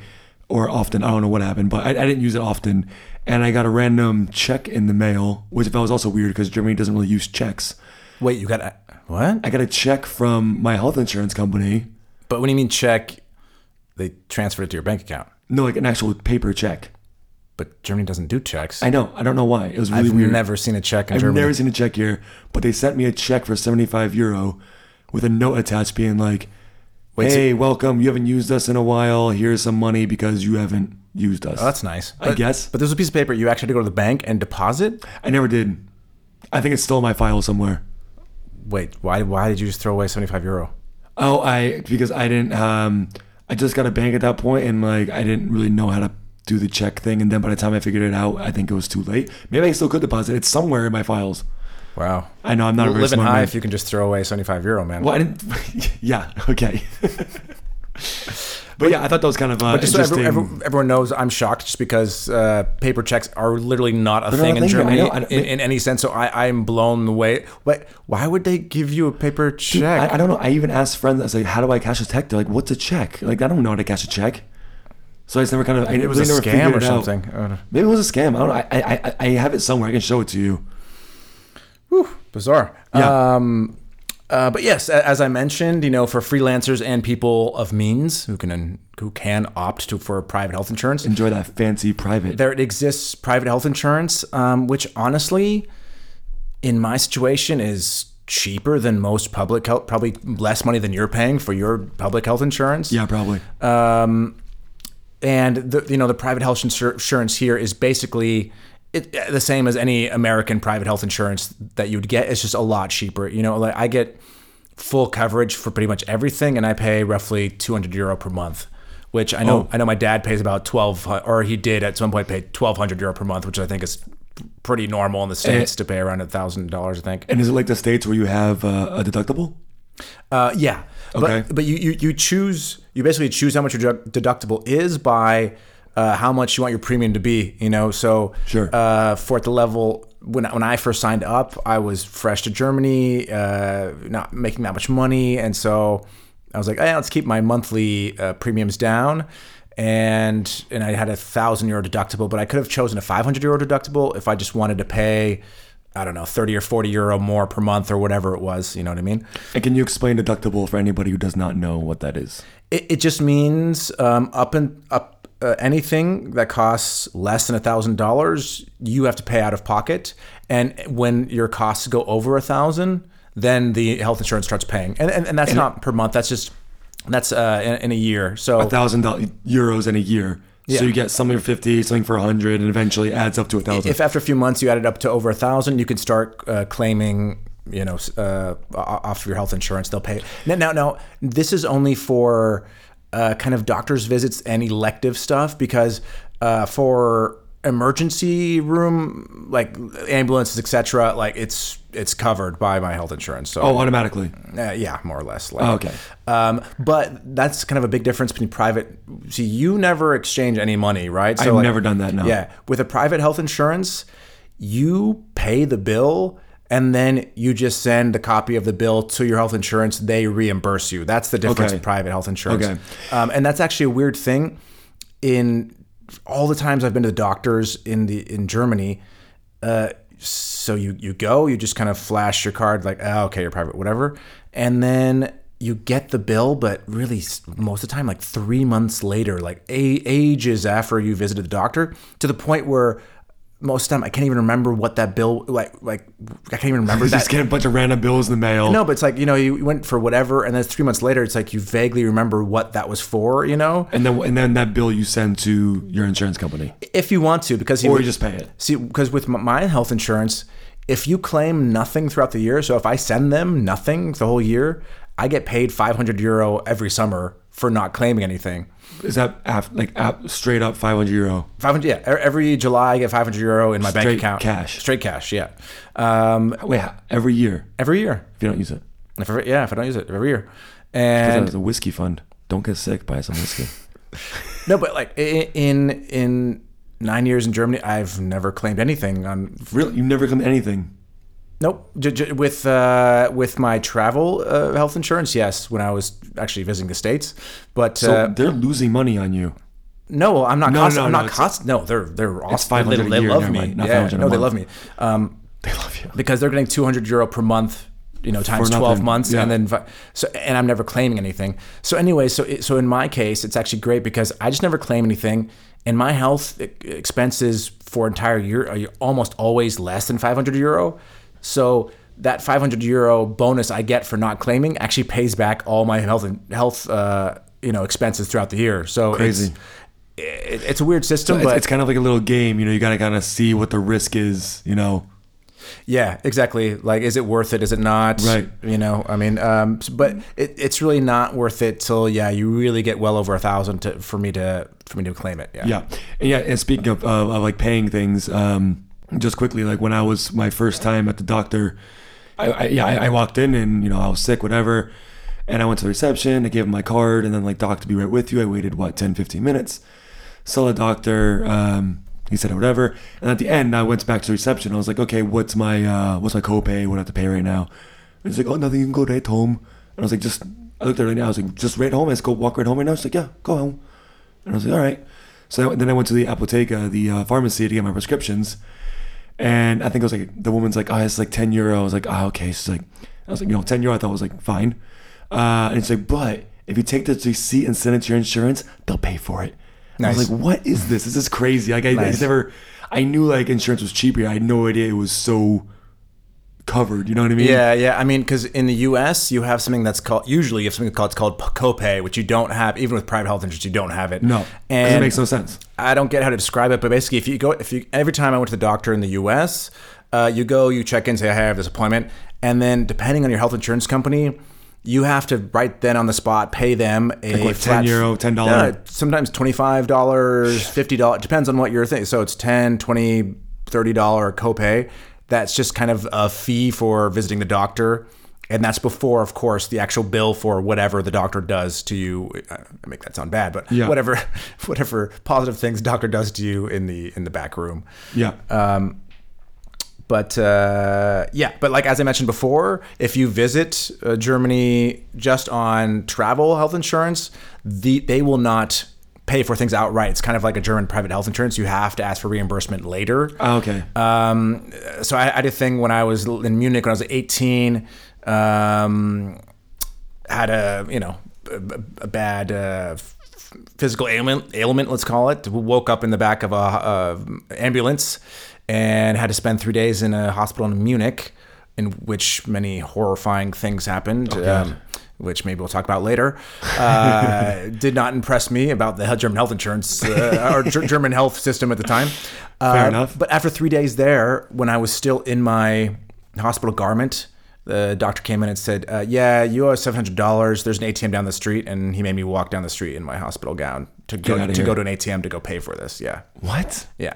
[SPEAKER 2] or often. I don't know what happened, but I, I didn't use it often. And I got a random check in the mail, which I felt was also weird because Germany doesn't really use checks.
[SPEAKER 1] Wait, you got what?
[SPEAKER 2] I got a check from my health insurance company,
[SPEAKER 1] But when you mean check, they transfer it to your bank account.
[SPEAKER 2] no, like an actual paper check.
[SPEAKER 1] But Germany doesn't do checks.
[SPEAKER 2] I know, I don't know why. It was really
[SPEAKER 1] I've
[SPEAKER 2] weird.
[SPEAKER 1] never seen a check in
[SPEAKER 2] I've
[SPEAKER 1] Germany.
[SPEAKER 2] never seen a check here, but they sent me a check for 75 euro with a note attached being like,
[SPEAKER 1] Wait, so-
[SPEAKER 2] hey, welcome. You haven't used us in a while. Here's some money because you haven't used us.
[SPEAKER 1] Oh, that's nice.
[SPEAKER 2] I guess.
[SPEAKER 1] But there's a piece of paper you actually had to go to the bank and deposit.
[SPEAKER 2] I never did. I think it's still in my file somewhere.
[SPEAKER 1] Wait, why why did you just throw away 75 euro?
[SPEAKER 2] Oh, I, because I didn't, um, I just got a bank at that point and like I didn't really know how to do the check thing, and then by the time I figured it out, I think it was too late. Maybe I still could deposit. It's somewhere in my files.
[SPEAKER 1] Wow.
[SPEAKER 2] I know I'm not a very
[SPEAKER 1] Living
[SPEAKER 2] smart
[SPEAKER 1] high
[SPEAKER 2] man.
[SPEAKER 1] if you can just throw away 75 euro, man.
[SPEAKER 2] Well, I didn't. yeah. Okay. but yeah, I thought that was kind of uh,
[SPEAKER 1] But just so every,
[SPEAKER 2] interesting.
[SPEAKER 1] every, everyone knows, I'm shocked just because uh, paper checks are literally not a
[SPEAKER 2] not
[SPEAKER 1] thing in
[SPEAKER 2] a thing here. I
[SPEAKER 1] Germany
[SPEAKER 2] know. I don't-
[SPEAKER 1] in, in any sense. So I, I'm blown away. Wait, why would they give you a paper check?
[SPEAKER 2] I, I don't know. I even asked friends. I was like, "How do I cash a check?" They're like, "What's a check?" Like, I don't know how to cash a check. So I just never kind of. I
[SPEAKER 1] it was
[SPEAKER 2] really
[SPEAKER 1] a
[SPEAKER 2] never
[SPEAKER 1] scam
[SPEAKER 2] figured
[SPEAKER 1] or
[SPEAKER 2] it out.
[SPEAKER 1] something. I don't know.
[SPEAKER 2] Maybe it was a scam. I don't know. I, I, I, I have it somewhere. I can show it to you.
[SPEAKER 1] Bizarre.
[SPEAKER 2] Yeah.
[SPEAKER 1] Um, uh, but yes, a- as I mentioned, you know, for freelancers and people of means who can who can opt to for private health insurance,
[SPEAKER 2] Enjoy that fancy private.
[SPEAKER 1] there it exists private health insurance, um, which honestly, in my situation, is cheaper than most public health, probably less money than you're paying for your public health insurance.
[SPEAKER 2] yeah, probably.
[SPEAKER 1] and the you know the private health insur- insurance here is basically it, uh, the same as any American private health insurance that you'd get. It's just a lot cheaper. You know, like I get full coverage for pretty much everything, and I pay roughly 200 euro per month. Which I know,
[SPEAKER 2] Oh.
[SPEAKER 1] I know my dad pays about 12, hu- or he did at some point pay 1,200 euro per month, which I think is pretty normal in the states to pay around a thousand dollars. I think.
[SPEAKER 2] and is it like the states where you have uh, a deductible?
[SPEAKER 1] Uh, yeah.
[SPEAKER 2] Okay.
[SPEAKER 1] But, but you, you, you choose, you basically choose how much your dedu- deductible is by uh, how much you want your premium to be, you know? So
[SPEAKER 2] Sure.
[SPEAKER 1] uh, for at the level, when, when I first signed up, I was fresh to Germany, uh, not making that much money. And so I was like, hey, let's keep my monthly uh, premiums down. And and I had a thousand euro deductible, but I could have chosen a 500 euro deductible if I just wanted to pay, I don't know, 30 or 40 euro more per month or whatever it was. You know what I mean?
[SPEAKER 2] And can you explain deductible for anybody who does not know what that is?
[SPEAKER 1] It, it just means um, up and up uh, anything that costs less than a thousand dollars, you have to pay out of pocket, and when your costs go over a thousand, then the health insurance starts paying, and and, and that's not per month. That's just that's uh, in, in a year. So
[SPEAKER 2] Thousand euros in a year.
[SPEAKER 1] Yeah.
[SPEAKER 2] So you get something for fifty, something for hundred, and eventually adds up to a thousand.
[SPEAKER 1] if after a few months you add it up to over a thousand, you can start uh, claiming, you know, s- uh, o- off your health insurance. They'll pay. Now, now, now this is only for uh, kind of doctor's visits and elective stuff because uh, for emergency room, like ambulances, etc., like it's it's covered by my health insurance. So
[SPEAKER 2] Oh, automatically.
[SPEAKER 1] uh, yeah, more or less. Like,
[SPEAKER 2] Okay.
[SPEAKER 1] Um, but that's kind of a big difference between private. See, you never exchange any money, right? So
[SPEAKER 2] I've never done that, no.
[SPEAKER 1] Oh, Yeah. With a private health insurance, you pay the bill and then you just send a copy of the bill to your health insurance. They reimburse you. That's the difference
[SPEAKER 2] Okay.
[SPEAKER 1] with private health insurance.
[SPEAKER 2] Okay.
[SPEAKER 1] Um, and that's actually a weird thing. In all the times I've been to the doctors in the in Germany, uh, so you you go, you just kind of flash your card, like, oh, okay, you're private, whatever, and then you get the bill, but really s- most of the time, like three months later, like a- ages after you visited the doctor, to the point where most of the time I can't even remember what that bill like like I can't even remember that
[SPEAKER 2] Just get a bunch of random bills in the mail.
[SPEAKER 1] no, but it's like you know you went for whatever, and then three months later, it's like you vaguely remember what that was for, you know,
[SPEAKER 2] And then and then that bill you send to your insurance company,
[SPEAKER 1] if you want to, because
[SPEAKER 2] or you just pay it.
[SPEAKER 1] see because with m- my health insurance, if you claim nothing throughout the year, so if I send them nothing the whole year, I get paid 500 euro every summer for not claiming anything.
[SPEAKER 2] Is that af- like af- straight up five hundred euro?
[SPEAKER 1] 500, yeah. e- Every July, I get 500 euro in my bank
[SPEAKER 2] Straight
[SPEAKER 1] account,
[SPEAKER 2] cash.
[SPEAKER 1] straight cash, yeah. Um,
[SPEAKER 2] Wait, h- every year
[SPEAKER 1] every year,
[SPEAKER 2] if you don't use it.
[SPEAKER 1] if, I- yeah. If I don't use it, every year, and
[SPEAKER 2] It's a whiskey fund. Don't get sick. Buy some whiskey.
[SPEAKER 1] No, but like i- in in nine years in Germany, I've never claimed anything on.
[SPEAKER 2] really, you never come to anything.
[SPEAKER 1] Nope, j- j- with uh, with my travel uh, health insurance, yes, when I was actually visiting the states, but
[SPEAKER 2] So
[SPEAKER 1] uh,
[SPEAKER 2] they're losing money on you.
[SPEAKER 1] no, I'm not.
[SPEAKER 2] No,
[SPEAKER 1] cost-
[SPEAKER 2] no,
[SPEAKER 1] I'm
[SPEAKER 2] no,
[SPEAKER 1] not
[SPEAKER 2] it's-
[SPEAKER 1] cost. No, they're they're awesome. They,
[SPEAKER 2] 500 a
[SPEAKER 1] they
[SPEAKER 2] year,
[SPEAKER 1] love
[SPEAKER 2] never
[SPEAKER 1] me.
[SPEAKER 2] mind, not
[SPEAKER 1] Yeah,
[SPEAKER 2] 500 a
[SPEAKER 1] no, they
[SPEAKER 2] month.
[SPEAKER 1] love me. Um,
[SPEAKER 2] They love you.
[SPEAKER 1] because they're getting 200 euro per month you know times 12
[SPEAKER 2] nothing,
[SPEAKER 1] months
[SPEAKER 2] yeah.
[SPEAKER 1] and then vi- so and i'm never claiming anything so anyway so it, so in my case it's actually great because i just never claim anything and my health e- expenses for entire year are almost always less than 500 euro so that 500 euro bonus i get for not claiming actually pays back all my health and health uh, you know expenses throughout the year so
[SPEAKER 2] Crazy.
[SPEAKER 1] it's, it, it's a weird system
[SPEAKER 2] It's,
[SPEAKER 1] but
[SPEAKER 2] it's kind of like a little game. You know, you got to kind of see what the risk is. You know,
[SPEAKER 1] Yeah, exactly. Like, is it worth it? Is it not?
[SPEAKER 2] Right.
[SPEAKER 1] You know, I mean, um, s- but it, it's really not worth it till yeah, you really get well over a thousand to for me to for me to claim it. Yeah.
[SPEAKER 2] Yeah, and yeah. And speaking of, of, of like paying things, um, just quickly, like when I was my first time at the doctor, I, I yeah, I, I walked in and you know I was sick, whatever, and I went to the reception. I gave him my card, and then like doctor be right with you. I waited what 10, 15 minutes. Saw the doctor. Um, he said whatever, and at the end I went back to the reception. I was like, okay, what's my uh, what's my copay? What do I have to pay right now? And he's like, oh, nothing. You can go right home. And I was like, just I looked at her right now. I was like, just right home. I just go walk right home right now. She's like, yeah, go home. And I was like, all right. So then I went to the apotheca, the uh, pharmacy, to get my prescriptions. And I think it was like, the woman's like, oh, it's like 10 euro. I was like, oh, okay. She's like, I was like, you know, 10 euro. I thought was like, fine. Uh, and she's like, but if you take this receipt and send it to your insurance, they'll pay for it. And I was
[SPEAKER 1] Nice.
[SPEAKER 2] like, what is this? This is crazy. Like, I, I
[SPEAKER 1] Nice.
[SPEAKER 2] just never, I knew like insurance was cheaper. I had no idea it was so covered. You know what I mean?
[SPEAKER 1] Yeah, yeah. I mean, because in the U.S., you have something that's called usually you have something called called p- copay, which you don't have even with private health insurance. You don't have it.
[SPEAKER 2] No. 'Cause
[SPEAKER 1] and
[SPEAKER 2] it makes no sense.
[SPEAKER 1] I don't get how to describe it, but basically, if you go, if you every time I went to the doctor in the U.S., uh, you go, you check in, say, "Hey, I have this appointment," and then depending on your health insurance company, you have to right then on the spot pay them a
[SPEAKER 2] what, 10
[SPEAKER 1] flat-
[SPEAKER 2] euro, $10?
[SPEAKER 1] No, sometimes twenty five dollars, fifty dollars, depends on what your thing. So it's 10 20 30 dollar copay. That's just kind of a fee for visiting the doctor. And that's before, of course, the actual bill for whatever the doctor does to you. I I make that sound bad, but
[SPEAKER 2] Yeah.
[SPEAKER 1] whatever, whatever positive things doctor does to you in the in the back room.
[SPEAKER 2] Yeah.
[SPEAKER 1] Uh, But uh, yeah, but like as I mentioned before, if you visit uh, Germany just on travel health insurance, the they will not pay for things outright. It's kind of like a German private health insurance. You have to ask for reimbursement later.
[SPEAKER 2] Ah, okay.
[SPEAKER 1] Um, so I, I did a thing when I was l- in Munich when I was 18. Um, had a you know a, a bad uh, f- physical ailment, ailment let's call it. Woke up in the back of a, uh ambulance and had to spend three days in a hospital in Munich, in which many horrifying things happened.
[SPEAKER 2] Oh,
[SPEAKER 1] um, which maybe we'll talk about later. Uh, did not impress me about the German health insurance uh, or Ger- German health system at the time.
[SPEAKER 2] Fair
[SPEAKER 1] Uh,
[SPEAKER 2] enough.
[SPEAKER 1] But after three days there, when I was still in my hospital garment, the doctor came in and said, uh, "Yeah, you owe us seven hundred dollars. There's an ATM down the street," and he made me walk down the street in my hospital gown to go
[SPEAKER 2] outta
[SPEAKER 1] to
[SPEAKER 2] here.
[SPEAKER 1] go to an ATM to go pay for this. Yeah,
[SPEAKER 2] what?
[SPEAKER 1] yeah.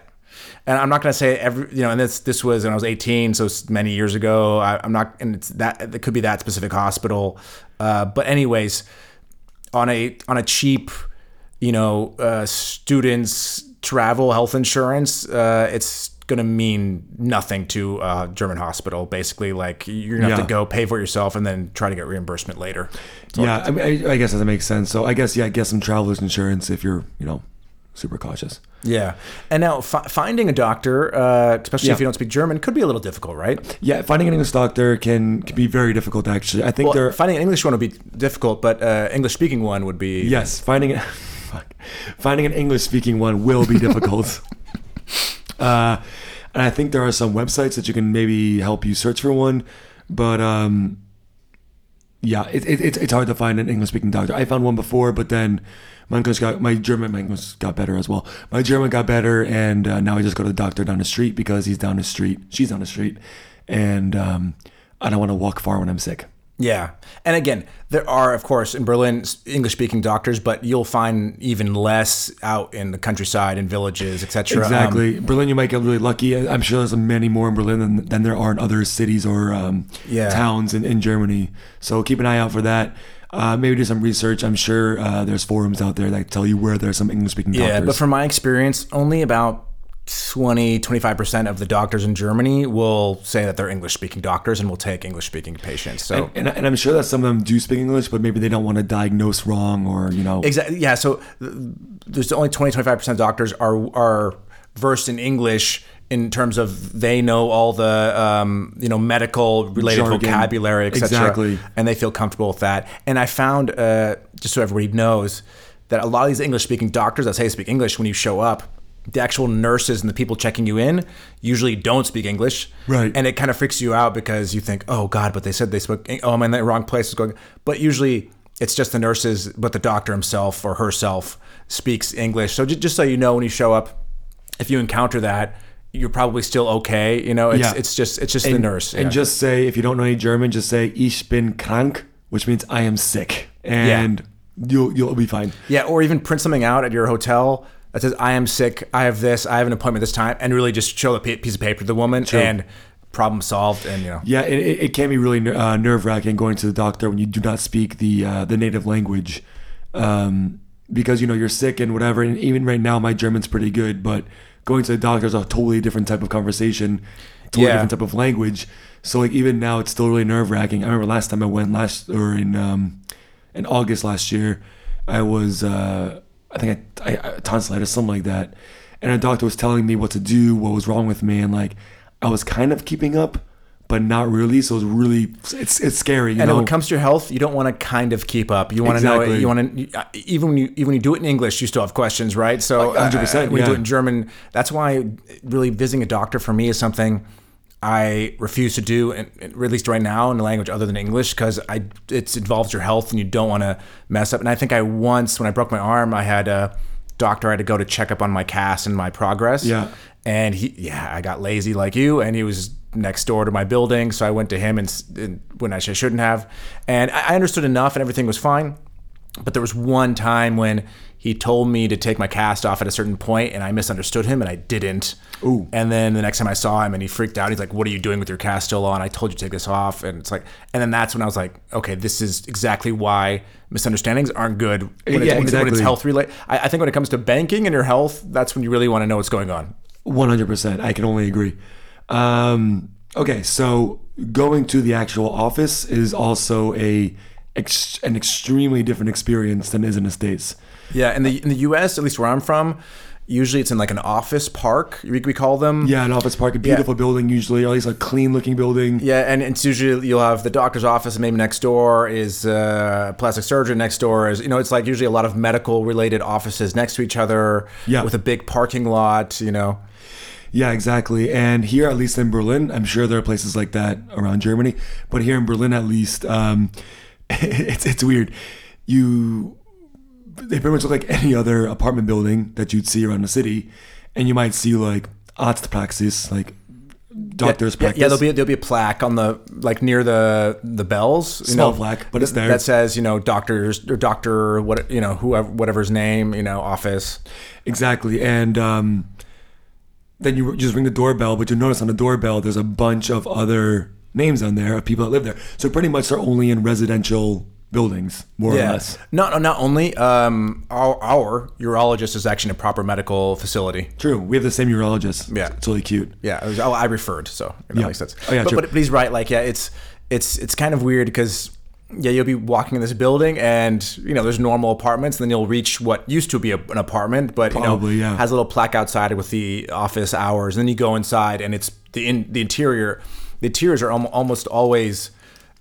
[SPEAKER 1] And I'm not gonna say every, you know, and this this was when I was 18, so it's many years ago. I, I'm not, and it's that it could be that specific hospital, uh, but anyways, on a on a cheap, you know, uh, students travel health insurance, uh, it's gonna mean nothing to a German hospital. Basically, like you're gonna have
[SPEAKER 2] Yeah.
[SPEAKER 1] to go pay for it yourself and then try to get reimbursement later.
[SPEAKER 2] yeah, I, mean, I, I guess that makes sense. So I guess yeah, get some traveler's insurance if you're you know super cautious.
[SPEAKER 1] Yeah, and now fi- finding a doctor, uh, especially
[SPEAKER 2] Yeah.
[SPEAKER 1] if you don't speak German, could be a little difficult, right?
[SPEAKER 2] Yeah, finding an English doctor can can be very difficult. Actually, I think
[SPEAKER 1] Well,
[SPEAKER 2] there.
[SPEAKER 1] finding an English one would be difficult, but uh, English speaking one would be.
[SPEAKER 2] yes, finding fuck, finding an English speaking one will be difficult. uh, and I think there are some websites that you can maybe help you search for one, but um, yeah, it, it, it's it's hard to find an English speaking doctor. I found one before, but then my English got my German my English got better as well. My German got better, and uh, now I just go to the doctor down the street because he's down the street, she's down the street, and um, I don't want to walk far when I'm sick.
[SPEAKER 1] Yeah. And again, there are, of course, in Berlin, English speaking doctors, but you'll find even less out in the countryside and villages, Um, etc.
[SPEAKER 2] Exactly, Berlin. You might get really lucky. I- I'm sure there's many more in Berlin than, than there are in other cities or um,
[SPEAKER 1] Yeah.
[SPEAKER 2] towns in, in Germany. So keep an eye out for that. Uh, maybe do some research. I'm sure uh, there's forums out there that tell you where there's some English speaking
[SPEAKER 1] Yeah,
[SPEAKER 2] doctors.
[SPEAKER 1] but from my experience, only about 20, 25% of the doctors in Germany will say that they're English speaking doctors and will take English speaking patients. So.
[SPEAKER 2] and, and I'm sure that some of them do speak English, but maybe they don't want to diagnose wrong or you know.
[SPEAKER 1] Exactly. Yeah. So th- there's only 20, 25% of doctors are, are versed in English in terms of they know all the, um, you know, medical related
[SPEAKER 2] Jargon.
[SPEAKER 1] vocabulary, etc.
[SPEAKER 2] Exactly.
[SPEAKER 1] And they feel comfortable with that. And I found, uh, just so everybody knows, that a lot of these English speaking doctors that say they speak English when you show up, the actual nurses and the people checking you in usually don't speak English.
[SPEAKER 2] Right.
[SPEAKER 1] And it kind of freaks you out because you think, oh God, but they said they spoke. Oh, I'm in the wrong place. It's going. But usually, it's just the nurses, but the doctor himself or herself speaks English. So just, just so you know, when you show up, if you encounter that, you're probably still okay. You know, it's
[SPEAKER 2] Yeah.
[SPEAKER 1] it's just it's just the
[SPEAKER 2] And-
[SPEAKER 1] nurse.
[SPEAKER 2] And
[SPEAKER 1] yeah.
[SPEAKER 2] just say, if you don't know any German, just say "Ich bin krank," which means I am sick, and you'll you'll be fine.
[SPEAKER 1] yeah, or even print something out at your hotel that says, "I am sick. I have this. I have an appointment this time," and really just show the pi- piece of paper to the woman and problem solved. And you know,
[SPEAKER 2] Yeah, it, it it can be really ner- uh, nerve wracking going to the doctor when you do not speak the uh, the native language, um, because you know you're sick and whatever. And even right now, my German's pretty good, but going to the doctor is a totally different type of conversation, totally
[SPEAKER 1] Yeah.
[SPEAKER 2] different type of language. So like even now, it's still really nerve wracking. I remember last time I went last or in um, in August last year, I was uh, I think I, I, I tonsillitis something like that, and a doctor was telling me what to do, what was wrong with me, and like I was kind of keeping up but not really. So it's really it's it's scary. You
[SPEAKER 1] And
[SPEAKER 2] know,
[SPEAKER 1] when it comes to your health, you don't want to kind of keep up. You want to know.
[SPEAKER 2] Exactly.
[SPEAKER 1] You want to even when you even when you do it in English, you still have questions, right? So, uh,
[SPEAKER 2] 100%,
[SPEAKER 1] When you do
[SPEAKER 2] Oh, yeah.
[SPEAKER 1] it in German, that's why really visiting a doctor for me is something I refuse to do, and and at least right now in a language other than English, because I it involves your health, and you don't want to mess up. And I think I once when I broke my arm, I had a doctor I had to go to check up on my cast and my progress.
[SPEAKER 2] Yeah.
[SPEAKER 1] And he, yeah, I got lazy like you, and he was next door to my building, so I went to him and, s- and when I sh- shouldn't have. And I, I understood enough, and everything was fine. But there was one time when he told me to take my cast off at a certain point, and I misunderstood him, and I didn't.
[SPEAKER 2] Ooh.
[SPEAKER 1] And then the next time I saw him, and he freaked out. He's like, "What are you doing with your cast still on? I told you to take this off." And it's like, and then that's when I was like, "Okay, this is exactly why misunderstandings aren't good when, it's,
[SPEAKER 2] Yeah,
[SPEAKER 1] when, it's, when it's
[SPEAKER 2] exactly.
[SPEAKER 1] health related." I, I think when it comes to banking and your health, that's when you really want to know what's going on.
[SPEAKER 2] one hundred percent. I can only agree. Um, okay, so going to the actual office is also a ex- an extremely different experience than is in the states.
[SPEAKER 1] Yeah, in the in the U.S., at least where I'm from, usually it's in like an office park. We, we call them.
[SPEAKER 2] Yeah, an office park, a beautiful building usually, or at least a clean looking building.
[SPEAKER 1] Yeah, and it's usually you'll have the doctor's office, and maybe next door is uh, plastic surgeon. Next door is you know it's like usually a lot of medical related offices next to each other.
[SPEAKER 2] Yeah.
[SPEAKER 1] with a big parking lot. You know.
[SPEAKER 2] Yeah, exactly. And here, at least in Berlin, I'm sure there are places like that around Germany, but here in Berlin, at least, um, it's it's weird. You they pretty much look like any other apartment building that you'd see around the city, and you might see like Arztpraxis, like doctors'
[SPEAKER 1] Yeah,
[SPEAKER 2] practice.
[SPEAKER 1] yeah, there'll be there'll be a plaque on the like near the the bells. You
[SPEAKER 2] Small
[SPEAKER 1] know,
[SPEAKER 2] plaque, but it's there.
[SPEAKER 1] That says you know doctors or doctor what you know whoever whatever's name you know office.
[SPEAKER 2] Exactly. And um, then you just ring the doorbell, but you notice on the doorbell there's a bunch of other names on there of people that live there. So pretty much they're only in residential buildings, more or less.
[SPEAKER 1] No, no, not only um, our, our urologist is actually in a proper medical facility.
[SPEAKER 2] True. We have the same urologist.
[SPEAKER 1] Yeah.
[SPEAKER 2] It's really cute.
[SPEAKER 1] Yeah, it was, oh, I referred, so that
[SPEAKER 2] Yeah.
[SPEAKER 1] makes sense.
[SPEAKER 2] Oh, yeah,
[SPEAKER 1] but,
[SPEAKER 2] true.
[SPEAKER 1] but, but he's right. Like, yeah, it's it's it's kind of weird because yeah, you'll be walking in this building, and you know, there's normal apartments, and then you'll reach what used to be a, an apartment, but
[SPEAKER 2] Probably,
[SPEAKER 1] you know,
[SPEAKER 2] yeah.
[SPEAKER 1] has a little plaque outside with the office hours, and then you go inside, and it's the in, the interior. The interiors are almo- almost always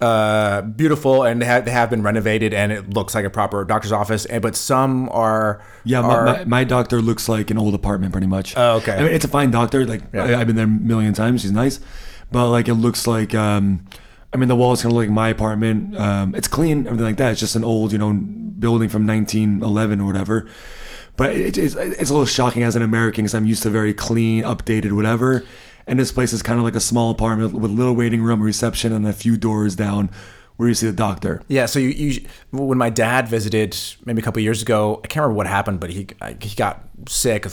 [SPEAKER 1] uh, beautiful, and they have, they have been renovated, and it looks like a proper doctor's office. And but some are
[SPEAKER 2] Yeah, my,
[SPEAKER 1] are-
[SPEAKER 2] my, my doctor looks like an old apartment pretty much.
[SPEAKER 1] Oh, okay.
[SPEAKER 2] I mean, it's a fine doctor. Like, I, I've been there a million times. She's nice. But, like, it looks like, um, I mean, the wall is kind of like my apartment. Um, it's clean, everything like that. It's just an old, you know, building from 1911 or whatever. But it, it's, it's a little shocking as an American because I'm used to very clean, updated, whatever. And this place is kind of like a small apartment with little waiting room, reception, and a few doors down where you see the doctor.
[SPEAKER 1] Yeah, so you, you when my dad visited maybe a couple of years ago, I can't remember what happened, but he I- he got sick, f-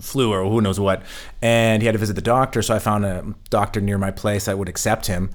[SPEAKER 1] flu or who knows what, and he had to visit the doctor. So I found a doctor near my place that would accept him.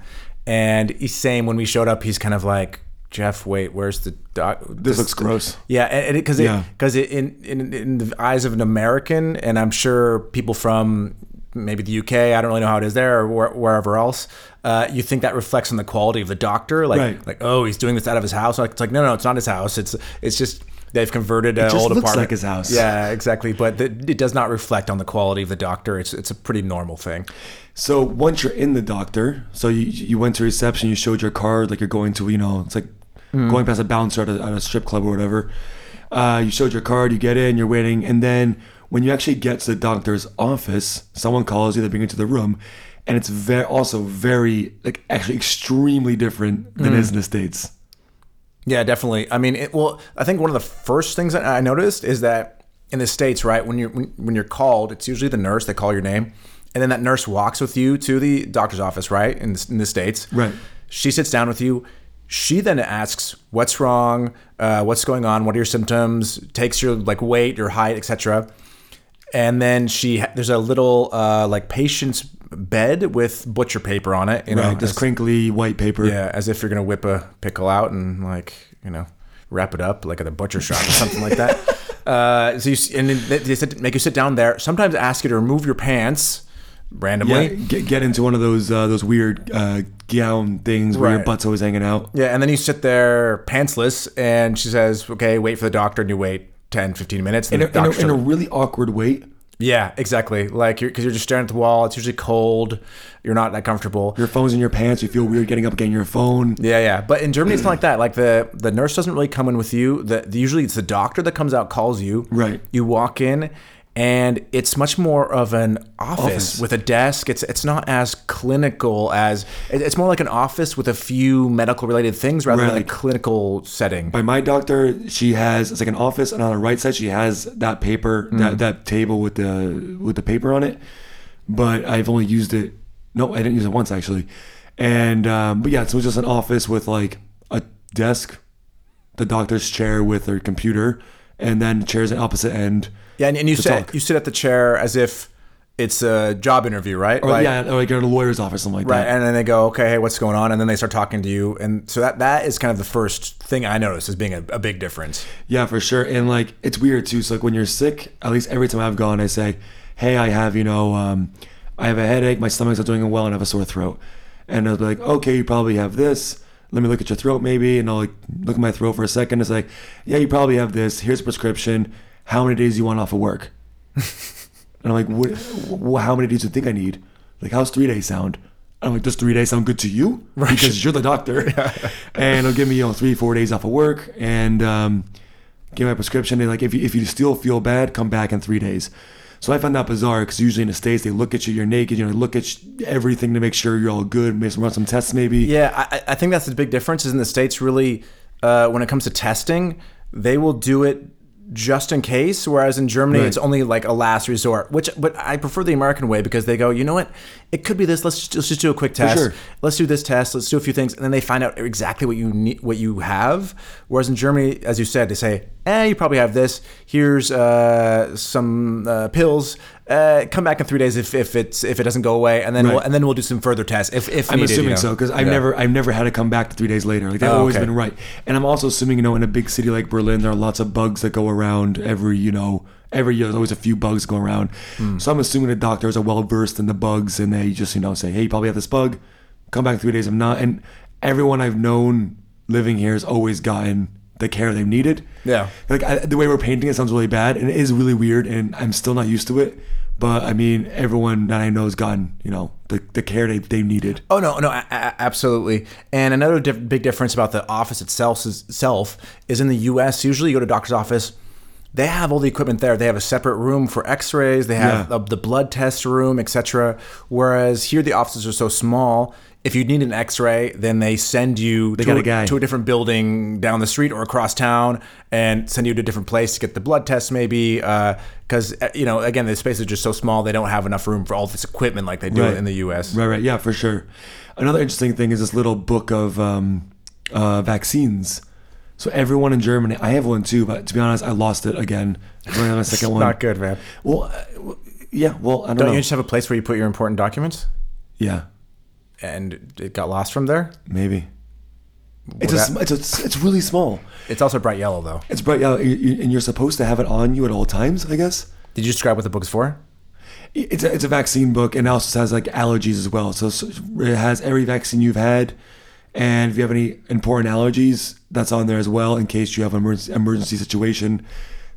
[SPEAKER 1] And he's saying when we showed up, he's kind of like, Jeff, wait, where's the doc?
[SPEAKER 2] This looks gross.
[SPEAKER 1] Yeah, and because it,
[SPEAKER 2] Yeah.
[SPEAKER 1] because it, in, in in the eyes of an American, and I'm sure people from maybe the UK, I don't really know how it is there or where, wherever else, uh, you think that reflects on the quality of the doctor, like
[SPEAKER 2] Right.
[SPEAKER 1] like oh he's doing this out of his house. Like, it's like no no it's not his house. It's it's just they've converted an
[SPEAKER 2] just
[SPEAKER 1] old
[SPEAKER 2] looks
[SPEAKER 1] apartment
[SPEAKER 2] like his house.
[SPEAKER 1] Yeah, exactly. But the, it does not reflect on the quality of the doctor. It's it's a pretty normal thing.
[SPEAKER 2] So once you're in the doctor, so you you went to reception, you showed your card, like you're going to, you know, it's like going past a bouncer at a, at a strip club or whatever. Uh, you showed your card, you get in, you're waiting, and then when you actually get to the doctor's office, someone calls you, they bring you to the room, and it's very also very like actually extremely different than it is in the states.
[SPEAKER 1] Yeah, definitely. I mean, it, well, I think one of the first things that I noticed is that in the states, right, when you when, when you're called, it's usually the nurse they call your name, and then that nurse walks with you to the doctor's office, right? In the, in the states,
[SPEAKER 2] Right.
[SPEAKER 1] She sits down with you. She then asks, "What's wrong? Uh, what's going on? What are your symptoms?" Takes your like weight, your height, etc. And then she there's a little uh, like patient's bed with butcher paper on it, you know,
[SPEAKER 2] Right, this
[SPEAKER 1] as-
[SPEAKER 2] crinkly white paper.
[SPEAKER 1] Oh, yeah, as if you're gonna whip a pickle out and like you know wrap it up like at a butcher shop or something like that. Uh, so you s- and then they- they sit, make you sit down there. Sometimes ask you to remove your pants
[SPEAKER 2] Yeah,
[SPEAKER 1] randomly. Yeah.
[SPEAKER 2] get, get into one of those uh, those weird uh, gown things where your
[SPEAKER 1] Right.
[SPEAKER 2] butt's always hanging out.
[SPEAKER 1] and then you sit there pantsless, and she says, "Okay, wait for the doctor," and you wait 10, 15 minutes. And
[SPEAKER 2] In a,
[SPEAKER 1] the
[SPEAKER 2] in a-
[SPEAKER 1] doctor
[SPEAKER 2] in
[SPEAKER 1] shows
[SPEAKER 2] a
[SPEAKER 1] up.
[SPEAKER 2] really awkward wait.
[SPEAKER 1] yeah, exactly. Like you're because you're just staring at the wall. It's usually cold. You're not that comfortable.
[SPEAKER 2] Your phone's in your pants. You feel weird getting up, getting your phone.
[SPEAKER 1] Yeah, yeah. But in Germany, it's not like that. Like the the nurse doesn't really come in with you. The, the- usually it's the doctor that comes out, calls you.
[SPEAKER 2] Right.
[SPEAKER 1] You walk in, and it's much more of an office,
[SPEAKER 2] Office.
[SPEAKER 1] with a desk. It's it's not as clinical as it- it's more like an office with a few medical related things rather than a
[SPEAKER 2] Right.
[SPEAKER 1] clinical setting.
[SPEAKER 2] By my doctor, she has it's like an office, and on the right side, she has that paper,
[SPEAKER 1] Mm.
[SPEAKER 2] that, that table with the with the paper on it. But I've only used it. No, I didn't use it once actually. And um, but yeah, so it's just an office with like a desk, the doctor's chair with her computer, and then chairs at opposite end.
[SPEAKER 1] Yeah, and, and you sit
[SPEAKER 2] talk.
[SPEAKER 1] you sit at the chair as if it's a job interview, right?
[SPEAKER 2] Or, Oh, yeah, or like at a lawyer's office, something like
[SPEAKER 1] Right,
[SPEAKER 2] that.
[SPEAKER 1] and then they go, okay, hey, what's going on? And then they start talking to you, and so that that is kind of the first thing I noticed as being a, a big difference.
[SPEAKER 2] Yeah, for sure. And like it's weird too. So like when you're sick, at least every time I've gone, I say, "Hey, I have you know, um, I have a headache, my stomach's not doing well, and I have a sore throat." And they'll be like, "Okay, you probably have this. Let me look at your throat, maybe." And I'll like look at my throat for a second. It's like, "Yeah, you probably have this. Here's a prescription. How many days do you want off of work?" and I'm like, "What? wh- how many days do you think I need? Like, how's three days sound?" And I'm like, does three days sound good to you? Right. Because you're the doctor. and it'll give me, you know, three, four days off of work and um, give my prescription. They like, if you, if you still feel bad, come back in three days. So I found that bizarre because usually in the States, they look at you, you're naked, you know, they look at sh- everything to make sure you're all good, maybe run some tests maybe.
[SPEAKER 1] Yeah, I, I- I think that's the big difference. Is in the states really, uh, when it comes to testing, they will do it just in case, whereas in Germany
[SPEAKER 2] Right.
[SPEAKER 1] it's only like a last resort. Which, but I prefer the American way because they go, you know what, it could be this. Let's just, let's just do a quick test.
[SPEAKER 2] sure.
[SPEAKER 1] Let's do this test. Let's do a few things, and then they find out exactly what you need, what you have. Whereas in Germany, as you said, they say, eh, you probably have this. Here's uh, some uh, pills. Uh, come back in three days if, if it's if it doesn't go away, and then we'll, and then we'll do some further tests if if
[SPEAKER 2] I'm
[SPEAKER 1] needed, you
[SPEAKER 2] assuming
[SPEAKER 1] know.
[SPEAKER 2] so because I've
[SPEAKER 1] Yeah.
[SPEAKER 2] never I've never had to come back three days later. Like they've
[SPEAKER 1] Oh,
[SPEAKER 2] always
[SPEAKER 1] okay.
[SPEAKER 2] been right. And I'm also assuming you know in a big city like Berlin there are lots of bugs that go around every you know every year. There's always a few bugs go around.
[SPEAKER 1] Hmm.
[SPEAKER 2] So I'm assuming the doctors are well versed in the bugs and they just you know say hey you probably have this bug. Come back in three days. I'm not. And everyone I've known living here has always gotten the care they've needed.
[SPEAKER 1] Yeah.
[SPEAKER 2] Like I, the way we're painting it sounds really bad and it is really weird and I'm still not used to it. But I mean, everyone that I know has gotten, you know, the, the care they, they needed.
[SPEAKER 1] Oh no, no, a- a- absolutely. And another diff- big difference about the office itself is, itself is in the U.S. Usually, you go to a doctor's office, they have all the equipment there. They have a separate room for X-rays. They have
[SPEAKER 2] Yeah.
[SPEAKER 1] the, the blood test room, etc. Whereas here, the offices are so small. If you need an X-ray, then they send you to,
[SPEAKER 2] got a guy.
[SPEAKER 1] to a different building down the street or across town, and send you to a different place to get the blood test, maybe. Because you know, again, the space is just so small; they don't have enough room for all this equipment like they do
[SPEAKER 2] Right.
[SPEAKER 1] in the U.S.
[SPEAKER 2] Right, right, yeah, for sure. Another interesting thing is this little book of um, uh, vaccines. So everyone in Germany, I have one too, but to be honest, I lost it again. I don't have a second one.
[SPEAKER 1] Not good, man.
[SPEAKER 2] Well, uh, well, yeah, well, I don't,
[SPEAKER 1] Don't
[SPEAKER 2] know.
[SPEAKER 1] you just have a place where you put your important documents?
[SPEAKER 2] yeah,
[SPEAKER 1] And it got lost from there.
[SPEAKER 2] maybe. It's a,
[SPEAKER 1] that-
[SPEAKER 2] sm it's a, it's really small.
[SPEAKER 1] It's also bright yellow, though.
[SPEAKER 2] It's bright, yeah, you- you- and you're supposed to have it on you at all times, I guess.
[SPEAKER 1] Did you describe what the book's for?
[SPEAKER 2] It's a, it's a vaccine book, and it also has like allergies as well. So so it has every vaccine you've had, and if you have any important allergies, that's on there as well. In case you have an emergency, emergency situation,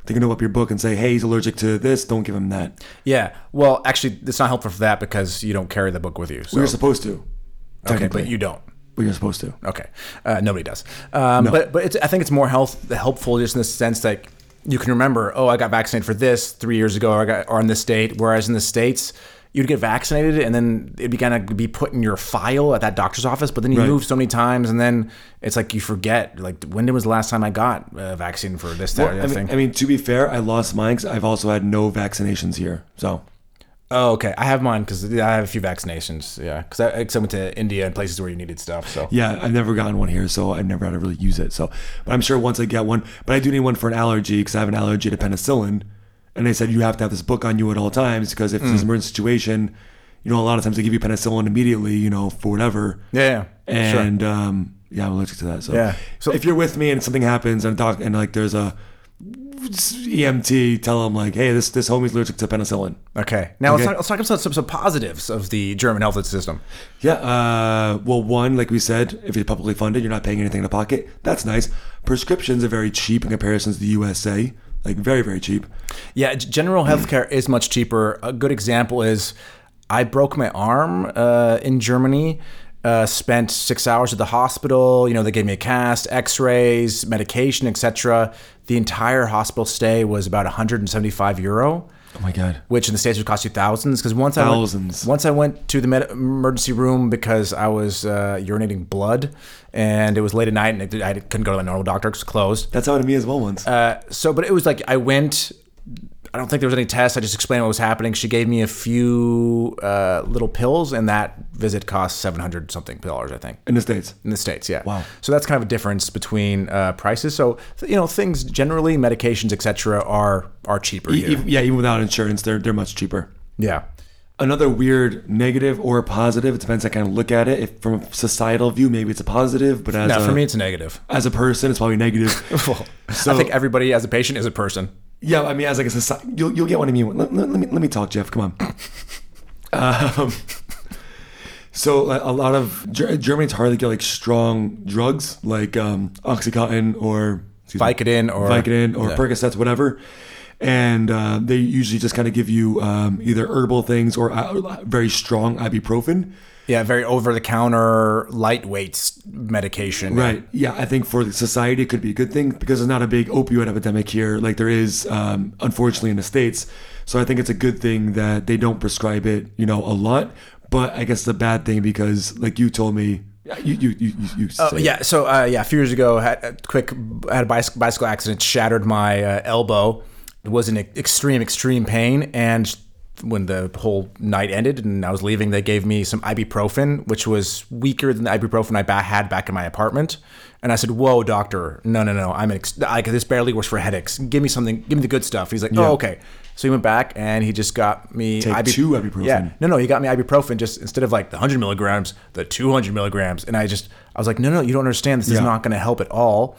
[SPEAKER 2] they can open up your book and say, "Hey, he's allergic to this. Don't give him that."
[SPEAKER 1] Yeah. Well, actually, it's not helpful for that because you don't carry the book with you. So.
[SPEAKER 2] We were supposed to.
[SPEAKER 1] Oh. okay,
[SPEAKER 2] Technically,
[SPEAKER 1] but you don't.
[SPEAKER 2] we were supposed to.
[SPEAKER 1] Okay. Uh, nobody does. Um, But but it's, I think it's more health helpful just in the sense that you can remember. Oh, I got vaccinated for this three years ago. Or I got or on this date. Whereas in the states. You'd get vaccinated, and then it'd be kind of be put in your file at that doctor's office. But then you
[SPEAKER 2] Right.
[SPEAKER 1] move so many times, and then it's like you forget. Like, when was the last time I got a vaccine for this, that, or the
[SPEAKER 2] I
[SPEAKER 1] other
[SPEAKER 2] mean,
[SPEAKER 1] thing?
[SPEAKER 2] I mean, to be fair, I lost mine 'cause I've also had no vaccinations here. So
[SPEAKER 1] Oh, okay. I have mine because I have a few vaccinations. Yeah, because I, I went to India and places where you needed stuff. So
[SPEAKER 2] Yeah, I've never gotten one here, so I've never had to really use it. So, but I'm sure once I get one, but I do need one for an allergy because I have an allergy to penicillin, and they said you have to have this book on you at all times because if
[SPEAKER 1] Mm.
[SPEAKER 2] there's an emergency situation, you know, a lot of times they give you penicillin immediately, you know, for whatever.
[SPEAKER 1] yeah, yeah. sure.
[SPEAKER 2] And um, yeah, I'm allergic to that. So,
[SPEAKER 1] Yeah.
[SPEAKER 2] so if you're with me and something happens and doc and like there's a EMT, tell them like, hey, this this homie's allergic to penicillin.
[SPEAKER 1] Okay. Now
[SPEAKER 2] Okay.
[SPEAKER 1] Let's, talk, let's talk about some, some positives of the German health system.
[SPEAKER 2] Yeah. Uh, well, one, like we said, if you're publicly funded, you're not paying anything in the pocket. That's nice. Prescriptions are very cheap in comparison to the USA. Like very, very cheap.
[SPEAKER 1] Yeah, g- general healthcare is much cheaper. A good example is I broke my arm uh, in Germany. Uh, spent six hours at the hospital. You know, they gave me a cast, X-rays, medication, etc. The entire hospital stay was about 175 euro.
[SPEAKER 2] Oh my god.
[SPEAKER 1] which in the states would cost you thousands. Because once I
[SPEAKER 2] Thousands.
[SPEAKER 1] went, once I went to the med- emergency room because I was uh, urinating blood, and it was late at night, and I couldn't go to the normal doctor because it was closed.
[SPEAKER 2] That's happened to me as well once.
[SPEAKER 1] Uh, so, but it was like I went. I don't think there was any test. I just explained what was happening. She gave me a few uh, little pills, and that visit cost seven hundred something dollars, I think,
[SPEAKER 2] in the states.
[SPEAKER 1] in the states. Yeah.
[SPEAKER 2] Wow.
[SPEAKER 1] So that's kind of a difference between uh, prices. So you know, things generally, medications, etc., are are cheaper.
[SPEAKER 2] E-
[SPEAKER 1] here.
[SPEAKER 2] ev- yeah, even without insurance, they're they're much cheaper.
[SPEAKER 1] yeah.
[SPEAKER 2] Another weird negative or positive. It depends. I kind of look at it. If from a societal view, maybe it's a positive, but as
[SPEAKER 1] Now,
[SPEAKER 2] a,
[SPEAKER 1] for me, it's a negative.
[SPEAKER 2] as a person, it's probably negative.
[SPEAKER 1] I think everybody as a patient is a person.
[SPEAKER 2] Yeah, I mean, as like a society, you'll, you'll get what I mean. Let, let- let me let me talk, Jeff. Come on. um, so a a lot of Ger- Germany's hard to get like strong drugs like um, OxyContin or excuse me,
[SPEAKER 1] Vicodin or
[SPEAKER 2] Vicodin or Percocets, whatever. And uh, they usually just kind of give you um, either herbal things or uh, very strong ibuprofen.
[SPEAKER 1] yeah, very over the counter lightweight medication.
[SPEAKER 2] Right. Yeah, I think for society it could be a good thing because there's not a big opioid epidemic here, like there is, um, unfortunately, in the states. So I think it's a good thing that they don't prescribe it, you know, a lot. But I guess it's a bad thing because, like you told me, you you you you, you say it.
[SPEAKER 1] Yeah. So uh, yeah, a few years ago, had a quick had a bicycle, bicycle accident, shattered my uh, elbow. It was in extreme extreme pain, and when the whole night ended and I was leaving, they gave me some ibuprofen, which was weaker than the ibuprofen I ba- had back in my apartment. And I said, "Whoa, doctor, no, no, no, I'm ex- I, this barely works for headaches. Give me something. Give me the good stuff." He's like, "Oh, okay." So he went back and he just got me
[SPEAKER 2] Take two ibuprofen.
[SPEAKER 1] Yeah, no, no, he got me ibuprofen just instead of like the 100 milligrams, the 200 milligrams. And I just, I was like, no, no, you don't understand. This is
[SPEAKER 2] Yeah.
[SPEAKER 1] not going to help at all.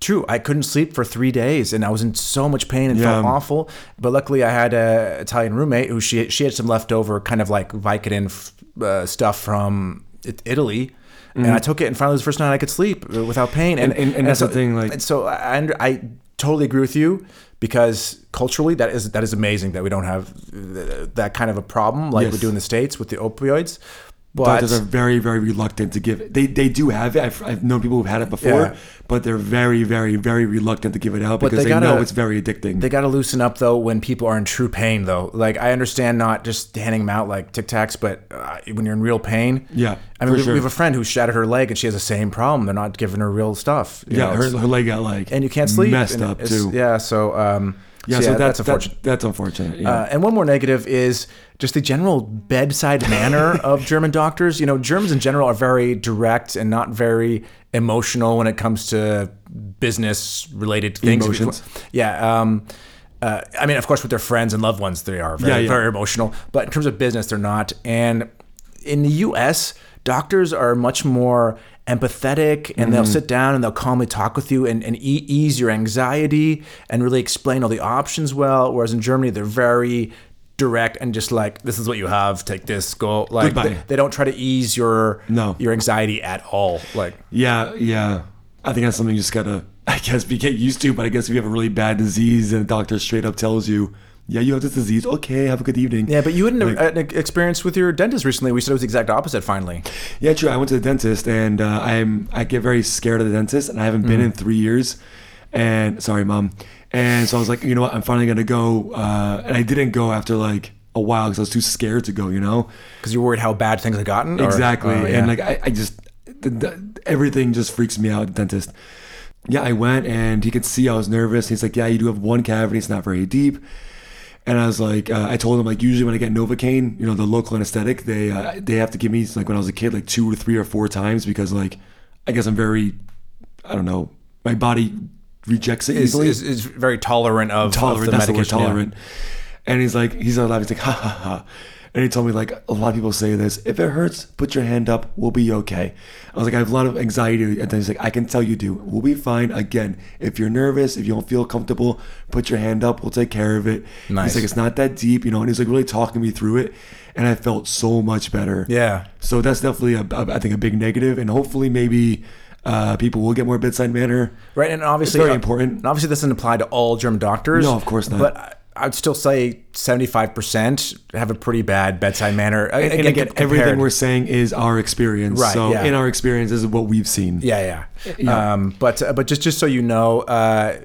[SPEAKER 1] True, I couldn't sleep for three days and I was in so much pain and felt
[SPEAKER 2] Yeah.
[SPEAKER 1] awful. But luckily, I had a Italian roommate who she she had some leftover kind of like Vicodin f- uh, stuff from it- Italy. And I took it, and finally, it was the first night I could sleep uh, without pain. And,
[SPEAKER 2] Mm. And- and- and that's the
[SPEAKER 1] so-
[SPEAKER 2] thing, like-
[SPEAKER 1] and so I, I under- I totally agree with you because culturally that is that is amazing that we don't have th- that kind of a problem like we
[SPEAKER 2] Yes.
[SPEAKER 1] do in the states with the opioids. But
[SPEAKER 2] Doctors are very, very reluctant to give it. They, they do have it. I've, I've known people who've had it before,
[SPEAKER 1] Yeah.
[SPEAKER 2] but they're very, very, very reluctant to give it out because
[SPEAKER 1] they
[SPEAKER 2] they,
[SPEAKER 1] gotta-
[SPEAKER 2] know it's very addicting.
[SPEAKER 1] they got to loosen up though when people are in true pain though. Like I understand not just handing them out like Tic Tacs, but uh, when you're in real pain.
[SPEAKER 2] Yeah,
[SPEAKER 1] I mean
[SPEAKER 2] for
[SPEAKER 1] we, we
[SPEAKER 2] sure.
[SPEAKER 1] have a friend who shattered her leg and she has the same problem. They're not giving her real stuff. you
[SPEAKER 2] yeah,
[SPEAKER 1] know,
[SPEAKER 2] her,
[SPEAKER 1] it's-
[SPEAKER 2] her leg got like
[SPEAKER 1] and you can't sleep.
[SPEAKER 2] messed
[SPEAKER 1] and
[SPEAKER 2] up
[SPEAKER 1] it's-
[SPEAKER 2] too.
[SPEAKER 1] Yeah, so um,
[SPEAKER 2] Yeah, so,
[SPEAKER 1] yeah, that's
[SPEAKER 2] that's, that's
[SPEAKER 1] unfortunate.
[SPEAKER 2] unfortunate. That's unfortunate. Yeah.
[SPEAKER 1] Uh, and one more negative is just the general bedside manner of German doctors. You know, Germans in general are very direct and not very emotional when it comes to business related things.
[SPEAKER 2] Emotions.
[SPEAKER 1] Yeah. Um, uh, I mean, of course, with their friends and loved ones, they are very,
[SPEAKER 2] Yeah, yeah.
[SPEAKER 1] very emotional. But in terms of business, they're not. And in the U.S., doctors are much more empathetic, and they'll sit down and they'll calmly talk with you and, and e- ease your anxiety and really explain all the options well. Whereas in Germany, they're very direct and just like, "This is what you have. Take this. Go." Like
[SPEAKER 2] Goodbye.
[SPEAKER 1] they, they don't try to ease your
[SPEAKER 2] No.
[SPEAKER 1] your anxiety at all. Like
[SPEAKER 2] Yeah, yeah. I think that's something you just gotta, I guess, we get used to. But I guess if you have a really bad disease and the doctor straight up tells you, "Yeah, you have this disease. Okay, have a good evening."
[SPEAKER 1] yeah, but you had an, e-, an experience with your dentist recently. We said it was the exact opposite. Finally,
[SPEAKER 2] Yeah, true. I went to the dentist, and uh, I'm I get very scared of the dentist, and I haven't been in three years. And sorry, mom. And so I was like, you know what? I'm finally gonna go. Uh, and I didn't go after like a while because I was too scared to go. You know.
[SPEAKER 1] because you're worried how bad things have gotten. or-
[SPEAKER 2] Exactly.
[SPEAKER 1] Oh, yeah.
[SPEAKER 2] And like I, I just the, the, everything just freaks me out. Dentist. Yeah, I went and he could see I was nervous. He's like, "Yeah, you do have one cavity. It's not very deep." And I was like, uh, I told him like usually when I get Novocaine, you know, the local anesthetic, they uh, they have to give me like when I was a kid like two or three or four times because like I guess I'm very, I don't know, my body rejects it
[SPEAKER 1] Is,
[SPEAKER 2] easily.
[SPEAKER 1] is, is very tolerant of,
[SPEAKER 2] tolerant.
[SPEAKER 1] of the
[SPEAKER 2] that's the word,
[SPEAKER 1] medication. yeah.
[SPEAKER 2] tolerant. And he's like, he's not laughing. He's like, ha ha ha. And he told me like a lot of people say this. If it hurts, put your hand up. We'll be okay. I was like, I have a lot of anxiety. And then he's like, I can tell you do. We'll be fine. Again, if you're nervous, if you don't feel comfortable, put your hand up. We'll take care of it.
[SPEAKER 1] Nice.
[SPEAKER 2] He's like, it's not that deep, you know. And he's like really talking me through it, and I felt so much better.
[SPEAKER 1] Yeah.
[SPEAKER 2] So that's definitely a, a I think a big negative, and hopefully maybe uh, people will get more bedside manner.
[SPEAKER 1] Right, and obviously uh,
[SPEAKER 2] very important.
[SPEAKER 1] And obviously, this doesn't apply to all German doctors.
[SPEAKER 2] No, of course not.
[SPEAKER 1] But I, I'd still say seventy-five percent have a pretty bad bedside manner. And,
[SPEAKER 2] and again, everything we're saying is our experience.
[SPEAKER 1] Right,
[SPEAKER 2] So
[SPEAKER 1] yeah.
[SPEAKER 2] in our experience, this is what we've seen.
[SPEAKER 1] yeah, yeah. Um, but but just just so you know. Uh,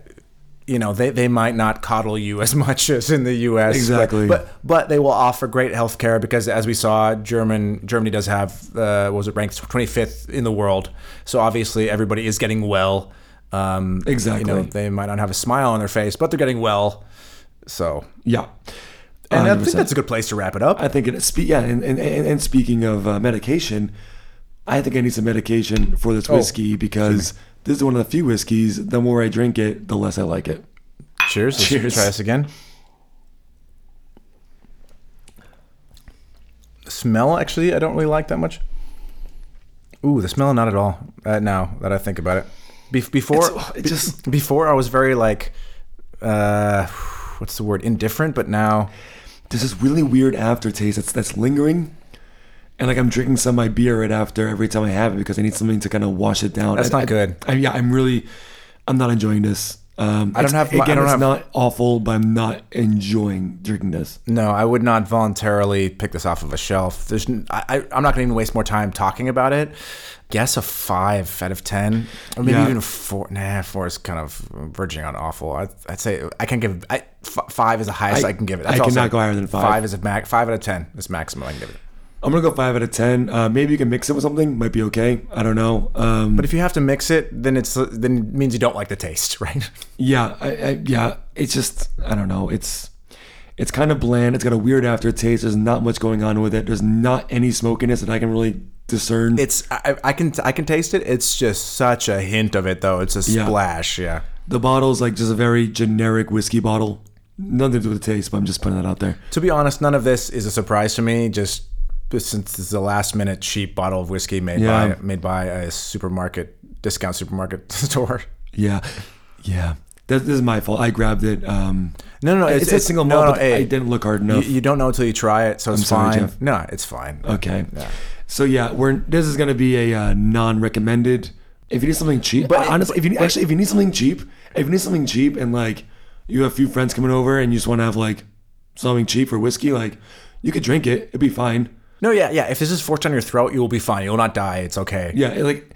[SPEAKER 1] you know they, they might not coddle you as much as in the U.S. but-
[SPEAKER 2] Exactly.
[SPEAKER 1] but but they will offer great health care because, as we saw, German Germany does have uh, what was it ranked 25th in the world. So obviously everybody is getting well. Um,
[SPEAKER 2] Exactly.
[SPEAKER 1] You know, they might not have a smile on their face, but they're getting well. So
[SPEAKER 2] Yeah.
[SPEAKER 1] and I
[SPEAKER 2] 100%.
[SPEAKER 1] think that's a good place to wrap it up.
[SPEAKER 2] I think it. Spe- yeah, and, and and and speaking of uh, medication, I think I need some medication for
[SPEAKER 1] Oh,
[SPEAKER 2] this whiskey because this is one of the few whiskeys. The more I drink it, the less I like it.
[SPEAKER 1] Cheers. Let's
[SPEAKER 2] Cheers.
[SPEAKER 1] Try this again. The smell, actually, I don't really like that much. Ooh, the smell, not at all. Uh, now that I think about it, Be- before
[SPEAKER 2] It's- it just-
[SPEAKER 1] before I was very like, uh, what's the word? Indifferent. But now,
[SPEAKER 2] There's this really weird aftertaste that's that's lingering. And like I'm drinking some of my beer right after every time I have it because I need something to kind of wash it down.
[SPEAKER 1] That's
[SPEAKER 2] I-
[SPEAKER 1] not
[SPEAKER 2] I-
[SPEAKER 1] good.
[SPEAKER 2] I, yeah, I'm really, I'm not enjoying this. Um,
[SPEAKER 1] I don't
[SPEAKER 2] it's-
[SPEAKER 1] have my- I
[SPEAKER 2] Again,
[SPEAKER 1] don't
[SPEAKER 2] it's
[SPEAKER 1] have-
[SPEAKER 2] not awful, but I'm not enjoying drinking this.
[SPEAKER 1] no, I would not voluntarily pick this off of a shelf. There's, n- I, am not going to even waste more time talking about it. Guess a five out of ten, or maybe
[SPEAKER 2] Yeah.
[SPEAKER 1] even a four. Nah, four is kind of verging on awful. I, I'd say I can give I, f- five is the highest I,
[SPEAKER 2] I-
[SPEAKER 1] can give it.
[SPEAKER 2] I
[SPEAKER 1] all I'll
[SPEAKER 2] cannot
[SPEAKER 1] say.
[SPEAKER 2] go higher than five.
[SPEAKER 1] Five is a max. Five out of ten is maximum I can give it.
[SPEAKER 2] I'm gonna go five out of ten. Uh, maybe you can mix it with something. Might be okay. I don't know. Um,
[SPEAKER 1] But if you have to mix it, then it's then it means you don't like the taste, right?
[SPEAKER 2] yeah, I, I, yeah. It's just I don't know. It's it's kind of bland. It's got a weird aftertaste. There's not much going on with it. There's not any smokiness that I can really discern.
[SPEAKER 1] It's I, I can I can taste it. It's just such a hint of it though. It's a
[SPEAKER 2] Yeah.
[SPEAKER 1] splash. Yeah.
[SPEAKER 2] the bottle's like just a very generic whiskey bottle. Nothing to do with the taste, but I'm just putting that out there.
[SPEAKER 1] To be honest, none of this is a surprise to me. Just since this is a last-minute cheap bottle of whiskey made by
[SPEAKER 2] Yeah.
[SPEAKER 1] made by a supermarket discount supermarket store.
[SPEAKER 2] Yeah, yeah. That, this is my fault. I grabbed it. Um,
[SPEAKER 1] No, no, no,
[SPEAKER 2] it's,
[SPEAKER 1] it's-
[SPEAKER 2] it's a single
[SPEAKER 1] no,
[SPEAKER 2] malt.
[SPEAKER 1] no,
[SPEAKER 2] but
[SPEAKER 1] hey,
[SPEAKER 2] I didn't look hard
[SPEAKER 1] You,
[SPEAKER 2] enough.
[SPEAKER 1] you don't know until you try it, so it's
[SPEAKER 2] sorry,
[SPEAKER 1] fine.
[SPEAKER 2] Jeff.
[SPEAKER 1] No, it's fine.
[SPEAKER 2] okay. So yeah, we're this is gonna be a uh, non-recommended. If you need something cheap, but honestly, if you need, actually if you need something cheap, if you need something cheap, and like you have a few friends coming over and you just want to have like something cheap for whiskey, like you could drink it. It'd be fine.
[SPEAKER 1] No, yeah, yeah. If this is forced down your throat, you will be fine. You will not die. It's okay.
[SPEAKER 2] Yeah, it, like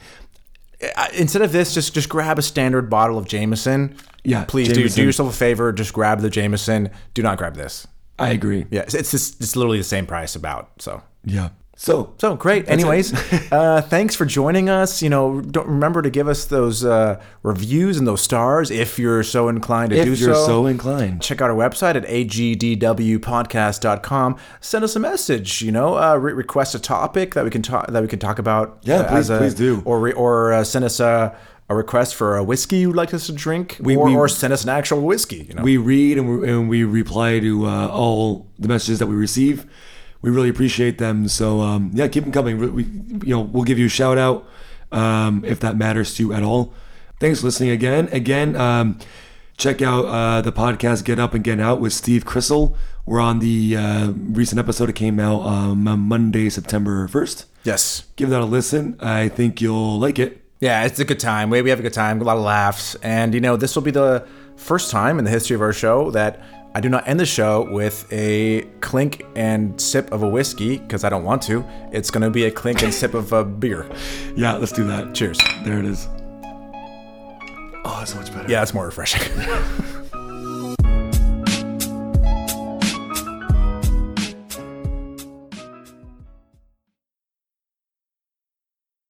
[SPEAKER 1] I- instead of this, just just grab a standard bottle of Jameson.
[SPEAKER 2] Yeah,
[SPEAKER 1] please do
[SPEAKER 2] Jameson.
[SPEAKER 1] do yourself a favor. Just grab the Jameson. Do not grab this.
[SPEAKER 2] I agree.
[SPEAKER 1] Yeah, it's it's, just, it's literally the same price about. So
[SPEAKER 2] Yeah. So
[SPEAKER 1] So great. Anyways, uh, thanks for joining us. You know, don't remember to give us those uh, reviews and those stars if you're so inclined to
[SPEAKER 2] if
[SPEAKER 1] do
[SPEAKER 2] you're
[SPEAKER 1] so.
[SPEAKER 2] so inclined,
[SPEAKER 1] Check out our website at agdwpodcast.com. Send us a message. You know, uh, re- request a topic that we can talk that we can talk about.
[SPEAKER 2] Yeah,
[SPEAKER 1] uh,
[SPEAKER 2] please-
[SPEAKER 1] as a-
[SPEAKER 2] please do.
[SPEAKER 1] Or re- or uh, send us a, a request for a whiskey you'd like us to drink, or,
[SPEAKER 2] we-
[SPEAKER 1] or send us an actual whiskey. You know,
[SPEAKER 2] we read and we, and we reply to uh, all the messages that we receive. We really appreciate them. So um, yeah, keep them coming. We, we, you know, we'll give you a shout out um, if that matters to you at all. Thanks for listening again. Again, um, check out uh, the podcast "Get Up and Get Out" with Steve Crystal. We're on the uh, recent episode. It came out um, on Monday, September first.
[SPEAKER 1] yes.
[SPEAKER 2] Give that a listen. I think you'll like it.
[SPEAKER 1] Yeah, it's a good time. We, we have a good time, a lot of laughs. And, you know, this will be the first time in the history of our show that I do not end the show with a clink and sip of a whiskey because I don't want to. It's going to be a clink and sip of a beer.
[SPEAKER 2] Yeah, let's do that.
[SPEAKER 1] Cheers.
[SPEAKER 2] There it is. Oh, that's so much better.
[SPEAKER 1] Yeah, it's more refreshing.